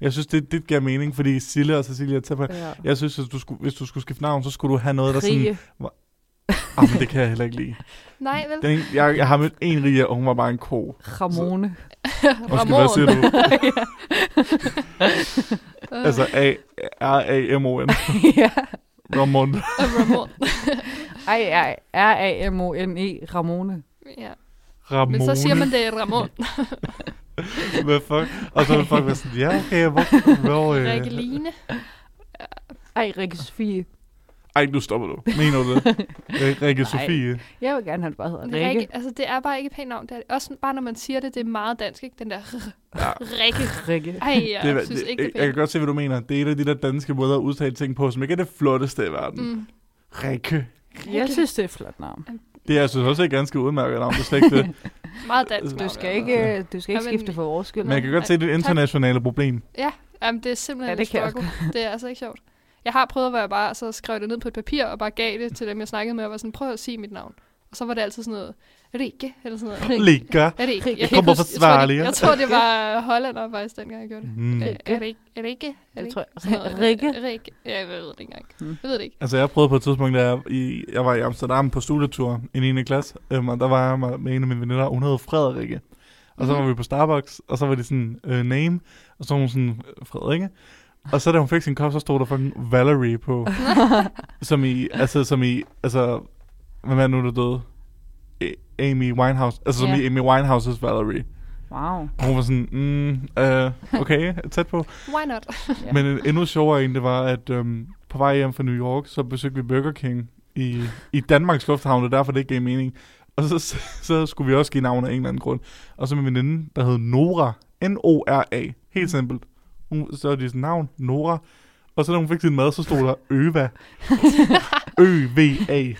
Speaker 2: Jeg synes, det, det giver mening, fordi Sille og Cecilia tager på.
Speaker 3: Ja.
Speaker 2: Jeg synes, at du skulle, hvis du skulle skifte navn, så skulle du have noget, der sådan...
Speaker 3: Rikke.
Speaker 2: Ah, men det kan jeg heller ikke lide.
Speaker 4: Nej, vel?
Speaker 2: Den, jeg, jeg har mødt en rige, og hun var bare en ko.
Speaker 3: Ramone.
Speaker 2: Undskyld, hvad siger du?
Speaker 4: Øh,
Speaker 2: Altså A-R-A-M-O-N.
Speaker 3: ja.
Speaker 2: Ramon.
Speaker 4: Ramon.
Speaker 3: Ej, ej. R-A-M-O-N-E. E Ramone.
Speaker 4: ja.
Speaker 2: Ramone.
Speaker 4: Men så siger man, det er Ramon.
Speaker 2: Hvad fuck? Og så vil folk være sådan, ja, okay, hvor... hvor øh,
Speaker 4: Rikke Line.
Speaker 3: Ej, Rikke Sofie.
Speaker 2: Ej, nu stopper du. Mener du det? Øh, Rikke
Speaker 3: Nej.
Speaker 2: Sofie.
Speaker 3: Jeg vil gerne have, det bare hedder Rikke.
Speaker 4: Rikke. Altså, det er bare ikke et pænt navn. Det er det. Også bare, når man siger det, det er meget dansk, ikke? Den der
Speaker 2: Ja.
Speaker 4: Rikke.
Speaker 3: Rikke.
Speaker 4: Ej, jeg
Speaker 2: Det, er-
Speaker 4: det, synes
Speaker 2: det,
Speaker 4: ikke,
Speaker 2: jeg,
Speaker 4: det
Speaker 2: jeg
Speaker 4: er
Speaker 2: kan
Speaker 4: pænt.
Speaker 2: godt se, hvad du mener. Det er et af de der danske måder at udtale ting på, som ikke er det flotteste i verden. Mm.
Speaker 4: Mm.
Speaker 2: Rikke.
Speaker 3: Jeg
Speaker 4: Rikke.
Speaker 3: synes, det er et flot navn.
Speaker 2: Det er altså også et ganske udmærket navn, det er slet ikke det.
Speaker 4: Meget dansk.
Speaker 3: Du
Speaker 4: navn,
Speaker 3: skal
Speaker 4: altså.
Speaker 3: ikke, øh, du skal ikke
Speaker 4: Jamen,
Speaker 3: skifte for vores skyld.
Speaker 2: Men jeg kan godt se, det er et internationale problem.
Speaker 4: Ja, jamen, det er simpelthen
Speaker 3: Ja,
Speaker 4: ja,
Speaker 3: det
Speaker 4: det
Speaker 3: kan jeg
Speaker 4: Det er altså ikke sjovt. Jeg har prøvet, hvor jeg bare så skrev det ned på et papir, og bare gav det til dem, jeg snakkede med, og var sådan, prøv at sige mit navn. Og så var det altid sådan noget, Rikke, eller sådan noget.
Speaker 2: Ligger.
Speaker 4: Er det ikke?
Speaker 3: Jeg
Speaker 4: kan ikke
Speaker 2: kommer
Speaker 4: huske-
Speaker 2: fra
Speaker 4: jeg tror, det-
Speaker 2: Sverige.
Speaker 4: Jeg tror, det var hollandere faktisk, dengang jeg gjorde det.
Speaker 2: Mm.
Speaker 4: Øh, Er det ikke? Er det ikke? Er det
Speaker 3: Jeg
Speaker 4: ikke?
Speaker 3: tror,
Speaker 4: Sådan noget. øh,
Speaker 3: Rikke.
Speaker 4: Rikke. Ja, jeg ved det ikke engang.
Speaker 3: Mm.
Speaker 4: Jeg ved det ikke.
Speaker 2: Altså jeg prøvede på et tidspunkt, da jeg, i, jeg var i Amsterdam på studietur i 9. klasse, øhm, og der var jeg med med en af mine veninder, hun hed Frederikke. Og så var
Speaker 4: Mhm.
Speaker 2: vi på Starbucks, og så var det sådan, øh, name, og så var hun sådan, øh, Frederikke. Og så da hun fik sin kop, så stod der fucking Valerie på. som i, altså som i, altså, hvad er nu, der døde? A- Amy Winehouse, altså som
Speaker 3: Ja.
Speaker 2: i Amy Winehouse's Valerie.
Speaker 3: Wow.
Speaker 2: Og hun var sådan, mm, øh, okay, tæt på.
Speaker 4: Why not?
Speaker 3: Ja.
Speaker 2: Men en endnu sjovere en, det var, at øhm, på vej hjem fra New York, så besøgte vi Burger King i, i Danmarks Lufthavn, og derfor det ikke gav mening. Og så, så, så skulle vi også give navn af en eller anden grund. Og så med min veninde, der hed Nora. N-O-R-A. Helt simpelt. Hun, så er det sådan navn, Nora. Og så da hun fik sin mad, så stod der Øva. Ø-V-A.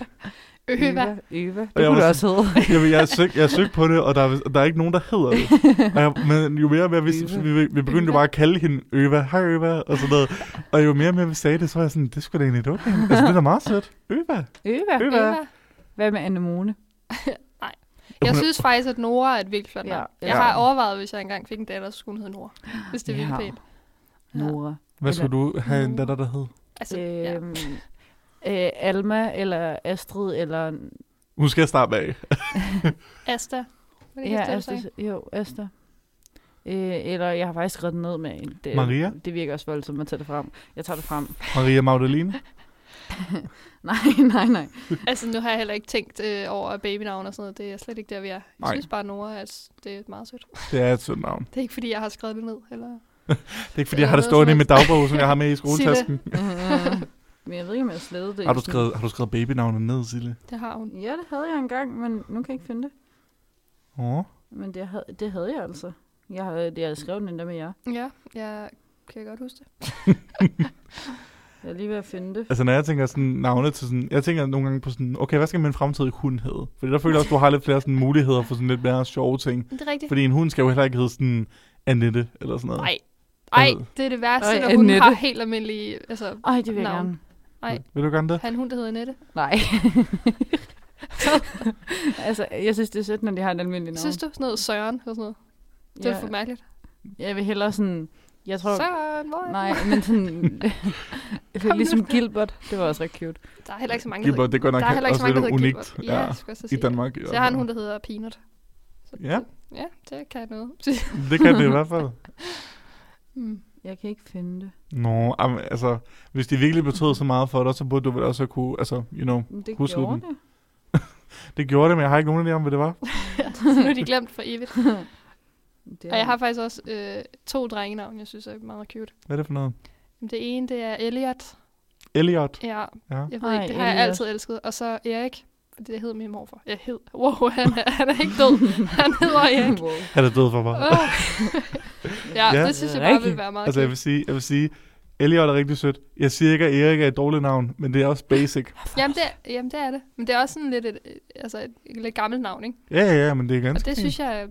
Speaker 4: Øva.
Speaker 3: Øva. Det
Speaker 2: Og jeg
Speaker 3: kunne
Speaker 2: var
Speaker 3: det også hedde.
Speaker 2: Jamen, jeg, søg, jeg søgte på det, og der, er, og der er ikke nogen, der hedder det. Og jeg, men jo mere og mere, vi,
Speaker 3: Øva.
Speaker 2: vi, vi begyndte jo bare at kalde hende Øva, hej Øva, og sådan noget. Og jo mere og mere, vi sagde det, så var jeg sådan, det skulle da egentlig et okay. Altså, det er da meget sødt. Øva,
Speaker 3: Øva.
Speaker 2: Øva.
Speaker 4: Øva.
Speaker 3: Hvad med Anemone?
Speaker 4: Jeg synes faktisk, at Nora er et vildt flot
Speaker 3: Ja.
Speaker 4: navn.
Speaker 3: Ja.
Speaker 4: Jeg har overvejet, hvis jeg engang fik en datter, så skulle hun hedde Nora. Hvis det er
Speaker 3: Ja.
Speaker 4: vildt pænt. Ja.
Speaker 3: Nora.
Speaker 2: Hvad skulle du have en datter, der hed?
Speaker 4: Altså, ja.
Speaker 3: Øhm, øh, Alma eller Astrid eller...
Speaker 2: Nu skal jeg starte med af.
Speaker 3: Øh.
Speaker 4: Asta. Var det ikke Asta, du sagde?
Speaker 3: Astrid. Jo, Asta. Øh, eller jeg har faktisk skrevet den ned med en. Det,
Speaker 2: Maria?
Speaker 3: Det virker også voldsomt at tage det frem. Jeg tager det frem.
Speaker 2: Maria Magdalene.
Speaker 3: nej, nej, nej.
Speaker 4: Altså, nu har jeg heller ikke tænkt øh, over babynavn og sådan noget. Det er slet ikke der, vi er. Jeg
Speaker 2: Nej.
Speaker 4: synes bare, Nora, at det er meget sødt.
Speaker 2: Det er et sødt navn.
Speaker 4: Det er ikke, fordi jeg har skrevet det ned. Eller...
Speaker 2: Det er ikke, fordi
Speaker 4: Det
Speaker 2: jeg har
Speaker 4: er
Speaker 2: det
Speaker 4: noget
Speaker 2: stående i
Speaker 4: som
Speaker 2: min dagbog, som jeg har med i skoletasken.
Speaker 3: Øh, men jeg ved ikke, om jeg slædede det.
Speaker 2: Har du
Speaker 3: i sådan-
Speaker 2: skrevet, har du skrevet babynavnet ned, Sille?
Speaker 4: Det har hun.
Speaker 3: Ja, det havde jeg engang, men nu kan jeg ikke finde det.
Speaker 2: Åh.
Speaker 3: Men det havde, det havde jeg altså. Jeg havde, jeg havde skrevet den der med jer.
Speaker 4: Ja, jeg kan godt huske det.
Speaker 3: Jeg er lige ved at finde det.
Speaker 2: Altså, når jeg tænker sådan navne til sådan... Jeg tænker nogle gange på sådan, okay, hvad skal min fremtidige hund hedde? Fordi der føler jeg også, du har lidt flere sådan muligheder for sådan lidt mere sjove ting.
Speaker 4: Men det er rigtigt.
Speaker 2: Fordi en hund skal jo heller ikke hedde sådan Annette eller sådan noget.
Speaker 4: Nej. Ej,
Speaker 2: Hvad?
Speaker 4: det er det værste,
Speaker 3: Ej,
Speaker 4: når hun
Speaker 3: Annette.
Speaker 4: har helt almindelige... Altså,
Speaker 3: Ej, det vil jeg
Speaker 4: Navn.
Speaker 3: gerne.
Speaker 4: nej.
Speaker 2: Vil du gerne det?
Speaker 4: han hund, der hedder Nette.
Speaker 3: Nej. altså, jeg synes, det er sødt, når de har et almindeligt navn.
Speaker 4: Synes du? Sådan noget Søren eller sådan noget. Det er
Speaker 3: jeg,
Speaker 4: for mærkeligt.
Speaker 3: jeg vil hellere sådan... Jeg tror...
Speaker 4: Søren, hvor er
Speaker 3: Nej,
Speaker 4: du?
Speaker 3: men sådan...
Speaker 4: Kom
Speaker 3: ligesom
Speaker 4: nu.
Speaker 3: Gilbert. Det var også ret cute.
Speaker 4: Der er heller ikke så mange, der hedder
Speaker 2: Gilbert, det er godt nok
Speaker 4: Der er heller ikke så
Speaker 2: også
Speaker 4: mange, der
Speaker 2: lidt
Speaker 4: hedder
Speaker 2: unikt
Speaker 4: Gilbert.
Speaker 2: ja,
Speaker 4: Ja, skulle jeg så
Speaker 2: i
Speaker 4: sige.
Speaker 2: Danmark.
Speaker 4: Så jeg har en hund, der hedder Peanut. Så
Speaker 2: Ja.
Speaker 4: Ja, det kan jeg noget. Så-
Speaker 2: Det kan det i hvert fald.
Speaker 4: mm.
Speaker 3: Jeg kan ikke finde det.
Speaker 2: Nå, am- altså, hvis de virkelig betød så meget for dig, så burde du vel også kunne, altså, you know,
Speaker 3: Men det
Speaker 2: Huskede
Speaker 3: gjorde
Speaker 2: den.
Speaker 3: det.
Speaker 2: det gjorde det, men jeg har ikke nogen idé om, hvad det var.
Speaker 4: Så nu er de glemt for evigt.
Speaker 3: det
Speaker 4: Og jeg har faktisk også øh, to drengenavn, jeg synes er meget cute.
Speaker 2: Hvad er det for noget?
Speaker 4: Jamen, Det ene, det er Elliot.
Speaker 2: Elliot.
Speaker 4: Ja,
Speaker 2: Ja.
Speaker 4: jeg ved
Speaker 3: Ej,
Speaker 4: ikke, det har jeg
Speaker 3: Elliot.
Speaker 4: altid elsket. Og så Erik, fordi det hed min morfar. Jeg hed, wow, han er, han er ikke død. Han hedder Erik.
Speaker 3: wow.
Speaker 2: Han er død for mig.
Speaker 4: Åh. ja,
Speaker 2: Ja,
Speaker 4: ja, det synes jeg
Speaker 3: det er
Speaker 4: bare ville
Speaker 3: rigtigt.
Speaker 4: være meget
Speaker 2: Altså, jeg vil sige, jeg vil sige, Elliot er rigtig sødt. Jeg siger ikke, at Erik er et dårligt navn, men det er også basic.
Speaker 4: Jamen det, er- jamen, det er det. Men det er også sådan lidt et, øh, altså et, et lidt gammelt navn, ikke?
Speaker 2: Ja, ja, ja, men det er
Speaker 4: Og
Speaker 2: ganske
Speaker 4: det synes jeg er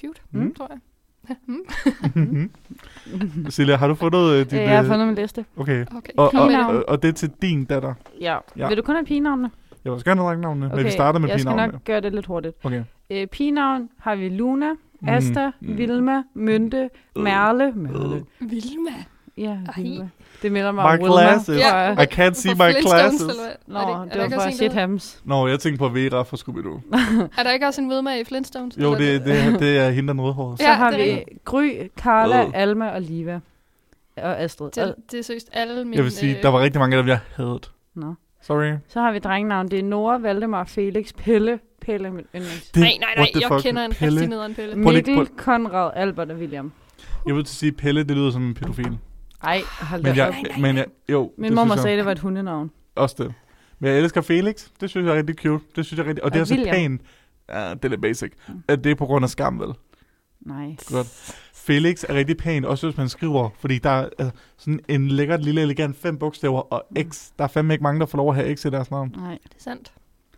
Speaker 4: cute,
Speaker 2: Mm.
Speaker 4: mm. tror jeg.
Speaker 2: jeg... Silja, har du fundet øh, dit...
Speaker 3: Jeg har
Speaker 2: øh,
Speaker 3: fundet min liste.
Speaker 2: Okay.
Speaker 4: Okay,
Speaker 2: Og,
Speaker 4: kom
Speaker 2: og,
Speaker 4: med det.
Speaker 2: og, og, det er til din datter.
Speaker 3: Ja.
Speaker 2: Ja.
Speaker 3: Vil du kun have pigenavne?
Speaker 2: Jeg vil også gerne have drengenavnene, okay. men vi starter med
Speaker 3: jeg skal
Speaker 2: pigenavnene.
Speaker 3: nok gøre det lidt hurtigt.
Speaker 2: Okay.
Speaker 3: Øh, pigenavn har vi Luna, Asta,
Speaker 2: Mm. Øh.
Speaker 3: mm. Vilma, Mynte, Merle. Merle.
Speaker 4: Vilma.
Speaker 3: Ja,
Speaker 4: Ej.
Speaker 3: Vilma. Det minder mig
Speaker 2: My
Speaker 3: om Wilma.
Speaker 2: glasses.
Speaker 3: Ja.
Speaker 4: Ja.
Speaker 2: I can't see my classes.
Speaker 3: Nå, det, det var fra Shit Hams.
Speaker 2: Nå, jeg tænkte på Vera fra Scooby-Doo.
Speaker 4: Er der ikke også en vedmag i Flintstones?
Speaker 2: Jo, det, det, det, det er hende, der er rødhåret.
Speaker 3: Så
Speaker 4: Ja,
Speaker 3: har
Speaker 4: det er
Speaker 3: vi Gry, Carla,
Speaker 2: Øh.
Speaker 3: Alma og Liva. Og Astrid.
Speaker 4: det,
Speaker 3: Og,
Speaker 4: det, det er seriøst alle mine... øh,
Speaker 2: Jeg vil sige, der var rigtig mange af dem, jeg havde.
Speaker 3: no.
Speaker 2: Sorry.
Speaker 3: Så har vi drengenavn. Det er Nora, Valdemar, Felix, Pelle. Pelle er mit yndlings.
Speaker 2: Det,
Speaker 4: Nej, nej, nej,
Speaker 2: what the
Speaker 4: jeg
Speaker 2: fuck,
Speaker 4: kender en
Speaker 2: Pelle.
Speaker 4: rigtig nederen pille.
Speaker 2: lige- prøv-
Speaker 3: Mikkel, Konrad, Albert og William.
Speaker 2: Jeg vil sige, Pelle, det lyder som en pædofil.
Speaker 3: Ej, hold da
Speaker 2: Men jeg,
Speaker 3: op.
Speaker 2: men jeg, jo,
Speaker 3: Min
Speaker 2: det
Speaker 3: mor
Speaker 2: synes jeg.
Speaker 3: sagde, det var et hundenavn.
Speaker 2: Også det. Men jeg elsker Felix. Det synes jeg er rigtig cute. Det synes jeg er rigtig... Og det
Speaker 3: Og
Speaker 2: er så
Speaker 3: William.
Speaker 2: pænt. Ja, det er lidt basic.
Speaker 3: Mm.
Speaker 2: At det er på grund af skam, vel?
Speaker 3: Nej.
Speaker 2: Godt. Felix er rigtig pæn, også hvis man skriver, fordi der er altså, sådan en lækkert lille elegant fem bogstaver og X. Der er fandme ikke mange, der får lov at have X i deres navn.
Speaker 3: Nej.
Speaker 4: Det er sandt.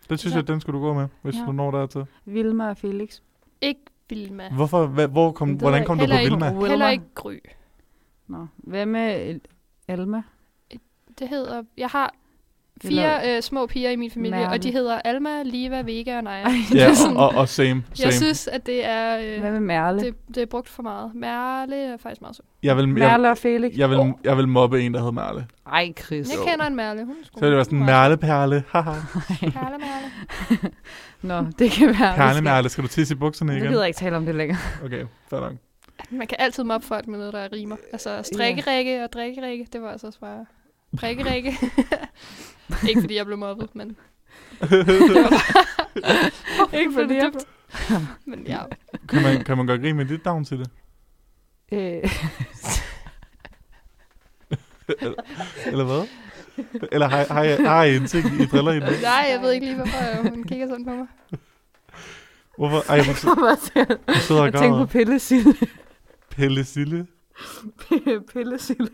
Speaker 2: Det synes jeg, den skulle du gå med, hvis ja.
Speaker 3: Ja.
Speaker 2: du når dertil.
Speaker 3: Vilma og Felix.
Speaker 4: Ikke Vilma.
Speaker 2: Hvorfor, hva, hvor kom,
Speaker 3: Det ved
Speaker 2: hvordan
Speaker 3: jeg
Speaker 2: kom du på
Speaker 4: heller ikke.
Speaker 2: Vilma?
Speaker 3: Wilma.
Speaker 4: Heller ikke Gry.
Speaker 3: Nå. Hvad med El- Alma?
Speaker 4: Det hedder... Jeg har
Speaker 3: Eller-
Speaker 4: fire øh, små piger i min familie,
Speaker 3: Merle.
Speaker 4: og de hedder Alma, Liva, Vega og Naja.
Speaker 3: Ej,
Speaker 2: Ja,
Speaker 4: det er sådan-
Speaker 2: og, og, og same, same.
Speaker 4: Jeg synes, at det er...
Speaker 3: Hvad
Speaker 4: Øh,
Speaker 3: med Merle?
Speaker 4: det, det er brugt for meget. Merle er faktisk meget sød.
Speaker 2: jeg vil, jeg,
Speaker 3: Merle og Felix?
Speaker 2: jeg, vil, jeg vil mobbe en, der hed Merle.
Speaker 3: Ej, Chris.
Speaker 4: Jeg kender en Merle. Hun er
Speaker 2: Så
Speaker 4: sgu-
Speaker 2: ville det var sådan,
Speaker 4: hun er-
Speaker 2: Merle-perle, haha.
Speaker 4: Perle, Merle.
Speaker 3: Nå, det kan være.
Speaker 2: Perle-merle, skal du tisse i bukserne
Speaker 3: Nu
Speaker 2: igen?
Speaker 3: gider jeg ikke tale om det længere.
Speaker 2: Okay, fair nok.
Speaker 4: Man kan altid mobbe folk med noget, der rimer. Altså strikkerikke og drikkerikke, det var altså også bare prikkerikke. ikke fordi jeg blev mobbet, men... det var bare-
Speaker 3: Ikke fordi jeg-
Speaker 4: Men ja,
Speaker 2: Kan man, kan man godt grine med dit navn til det?
Speaker 3: Øh,
Speaker 2: Eller hvad? Eller har, har, jeg, har I en ting, I driller hende? med?
Speaker 4: nej, jeg ved ikke lige, hvorfor øh, hun kigger sådan på mig.
Speaker 2: Hvorfor? Ej, hun, sid- hun sidder og
Speaker 3: jeg tænkte
Speaker 2: græder.
Speaker 3: på pillesilde.
Speaker 2: Pelle Sille.
Speaker 3: pillesilde.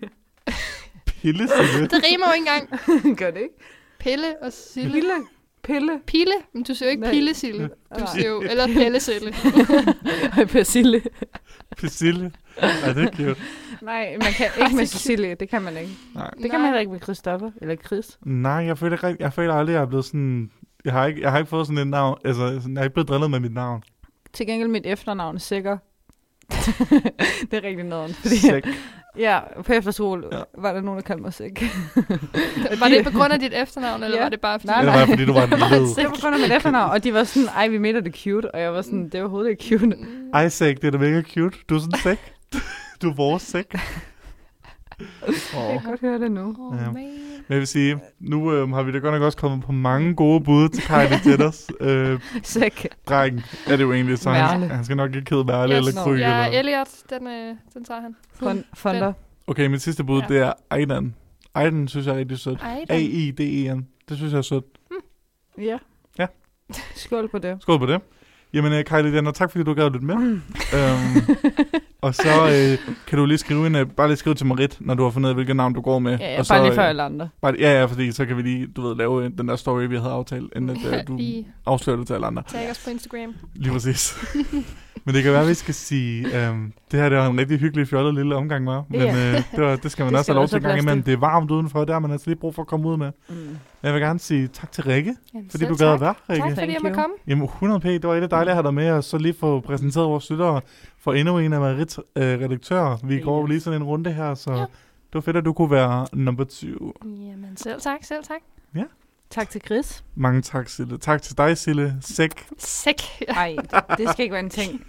Speaker 2: Pille Sille?
Speaker 4: Det rimer jo ikke engang.
Speaker 3: Gør det ikke?
Speaker 4: Pille og Sille.
Speaker 3: Pille. Pille.
Speaker 4: Pille? Men du siger jo ikke
Speaker 3: Nej.
Speaker 4: pillesille. Du
Speaker 3: Nej.
Speaker 4: siger jo, eller pillesille.
Speaker 3: Ej, persille.
Speaker 2: Pille Sille. Ej, det er cute.
Speaker 3: Nej, man kan ikke med Cecilie. Det kan man ikke.
Speaker 2: Nej.
Speaker 3: Det kan man heller ikke med Christoffer. Eller Chris.
Speaker 2: Nej, jeg føler, ikke, rigtig- jeg føler aldrig, at jeg er blevet sådan... Jeg har, ikke, jeg har ikke fået sådan et navn. Altså, sådan, jeg er ikke blevet drillet med mit navn.
Speaker 3: Til gengæld mit efternavn er Sikker. det er rigtig noget. Fordi,
Speaker 2: Sæk.
Speaker 3: ja, på efterskole
Speaker 2: Ja.
Speaker 3: ja. var der nogen, der kaldte mig Sikker.
Speaker 4: Var det på grund af dit efternavn, eller
Speaker 3: Ja.
Speaker 4: var det bare fordi...
Speaker 3: Nej,
Speaker 2: Eller var det, fordi du var en led?
Speaker 3: Det var på grund af mit efternavn, og de var sådan, ej, vi mener det cute, og jeg var sådan, det er overhovedet ikke cute.
Speaker 4: Mm.
Speaker 2: Ej, sæk, det er da mega cute. Du er sådan sæk. Du er vores sæk.
Speaker 3: Jeg
Speaker 2: Oh.
Speaker 3: kan godt høre det nu.
Speaker 4: Åh,
Speaker 2: Ja.
Speaker 4: man.
Speaker 2: Men jeg vil sige, nu øh, har vi da godt nok også kommet på mange gode bud til Kylie Jetters. Øh,
Speaker 3: Sæk.
Speaker 2: dreng er det jo egentlig, så han,
Speaker 3: Merle.
Speaker 2: han skal nok ikke hedde Værle
Speaker 4: Jeg
Speaker 2: eller
Speaker 4: sådan-
Speaker 2: Kry.
Speaker 4: Ja,
Speaker 2: Eller.
Speaker 4: Elliot, den, øh, den tager han.
Speaker 3: Fon- Fonder.
Speaker 2: Okay, mit sidste bud,
Speaker 4: Ja.
Speaker 2: det er Aidan. Aidan synes jeg er rigtig sødt.
Speaker 4: Ej, den.
Speaker 2: E, A-I-D-E-N. Det synes jeg er sødt.
Speaker 3: Ja.
Speaker 2: Ja.
Speaker 3: Skål på det.
Speaker 2: Skål på det. Jamen, øh, Kylie Jenner, tak fordi du gad at lytte med.
Speaker 3: Mm.
Speaker 2: øhm, og så øh, kan du lige skrive en, øh, bare lige skrive til Marit, når du har fundet ud af, hvilket navn du går med.
Speaker 3: Ja, ja
Speaker 2: og
Speaker 3: bare lige
Speaker 2: øh,
Speaker 3: før alle andre.
Speaker 2: Bare, ja, ja, fordi så kan vi lige, du ved, lave øh, den der story, vi havde aftalt, inden at, øh, du
Speaker 4: I
Speaker 2: afslører det til alle andre.
Speaker 4: tag os på Instagram.
Speaker 2: Lige præcis. men det kan være, at vi skal sige, øhm, det her det var en rigtig hyggelig, fjollet lille omgang, var. Men
Speaker 3: Ja.
Speaker 2: øh, det, var, det skal man
Speaker 3: Det
Speaker 2: også
Speaker 3: skal
Speaker 2: have lov
Speaker 3: også
Speaker 2: til en gang
Speaker 3: plads til.
Speaker 2: imellem. Det er varmt udenfor, der har man altså lige brug for at komme ud med.
Speaker 3: Mm.
Speaker 2: Jeg vil gerne sige tak til Rikke,
Speaker 4: Jamen,
Speaker 2: fordi
Speaker 4: selv
Speaker 2: du gad at
Speaker 4: tak.
Speaker 2: være, Rikke.
Speaker 4: Tak, fordi jeg
Speaker 3: Thank
Speaker 4: måtte
Speaker 3: you.
Speaker 4: komme.
Speaker 2: Jamen 100 p, det var rigtig dejligt at have dig med, og så lige få præsenteret vores lyttere for endnu en af Marits øh, redaktører. Vi går jo
Speaker 3: Yes.
Speaker 2: lige sådan en runde her, så
Speaker 4: Ja.
Speaker 2: ja. det var fedt, at du kunne være nummer 20.
Speaker 4: Jamen, selv tak, selv tak.
Speaker 3: Tak til Chris.
Speaker 2: Mange tak, Sille. Tak til dig, Sille. Sæk.
Speaker 4: Sæk.
Speaker 3: Ej, det skal ikke være en ting.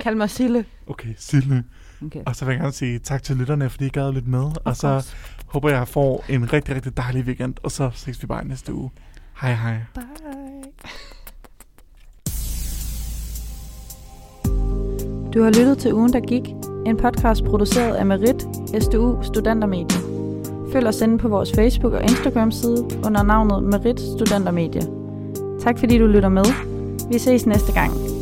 Speaker 3: Kald mig Sille.
Speaker 2: Okay, Sille.
Speaker 3: Okay.
Speaker 2: Og så vil jeg gerne sige tak til lytterne, fordi I gad lidt med. Og så håber jeg, jeg får en rigtig, rigtig dejlig weekend, og så ses vi bare i næste uge. Hej hej.
Speaker 4: Bye.
Speaker 3: Du har lyttet til Ugen, der gik. En podcast produceret af Merit, SDU Studentermedie. Følg os inde på vores Facebook- og Instagram-side under navnet Merit Studentermedie. Tak fordi du lytter med. Vi ses næste gang.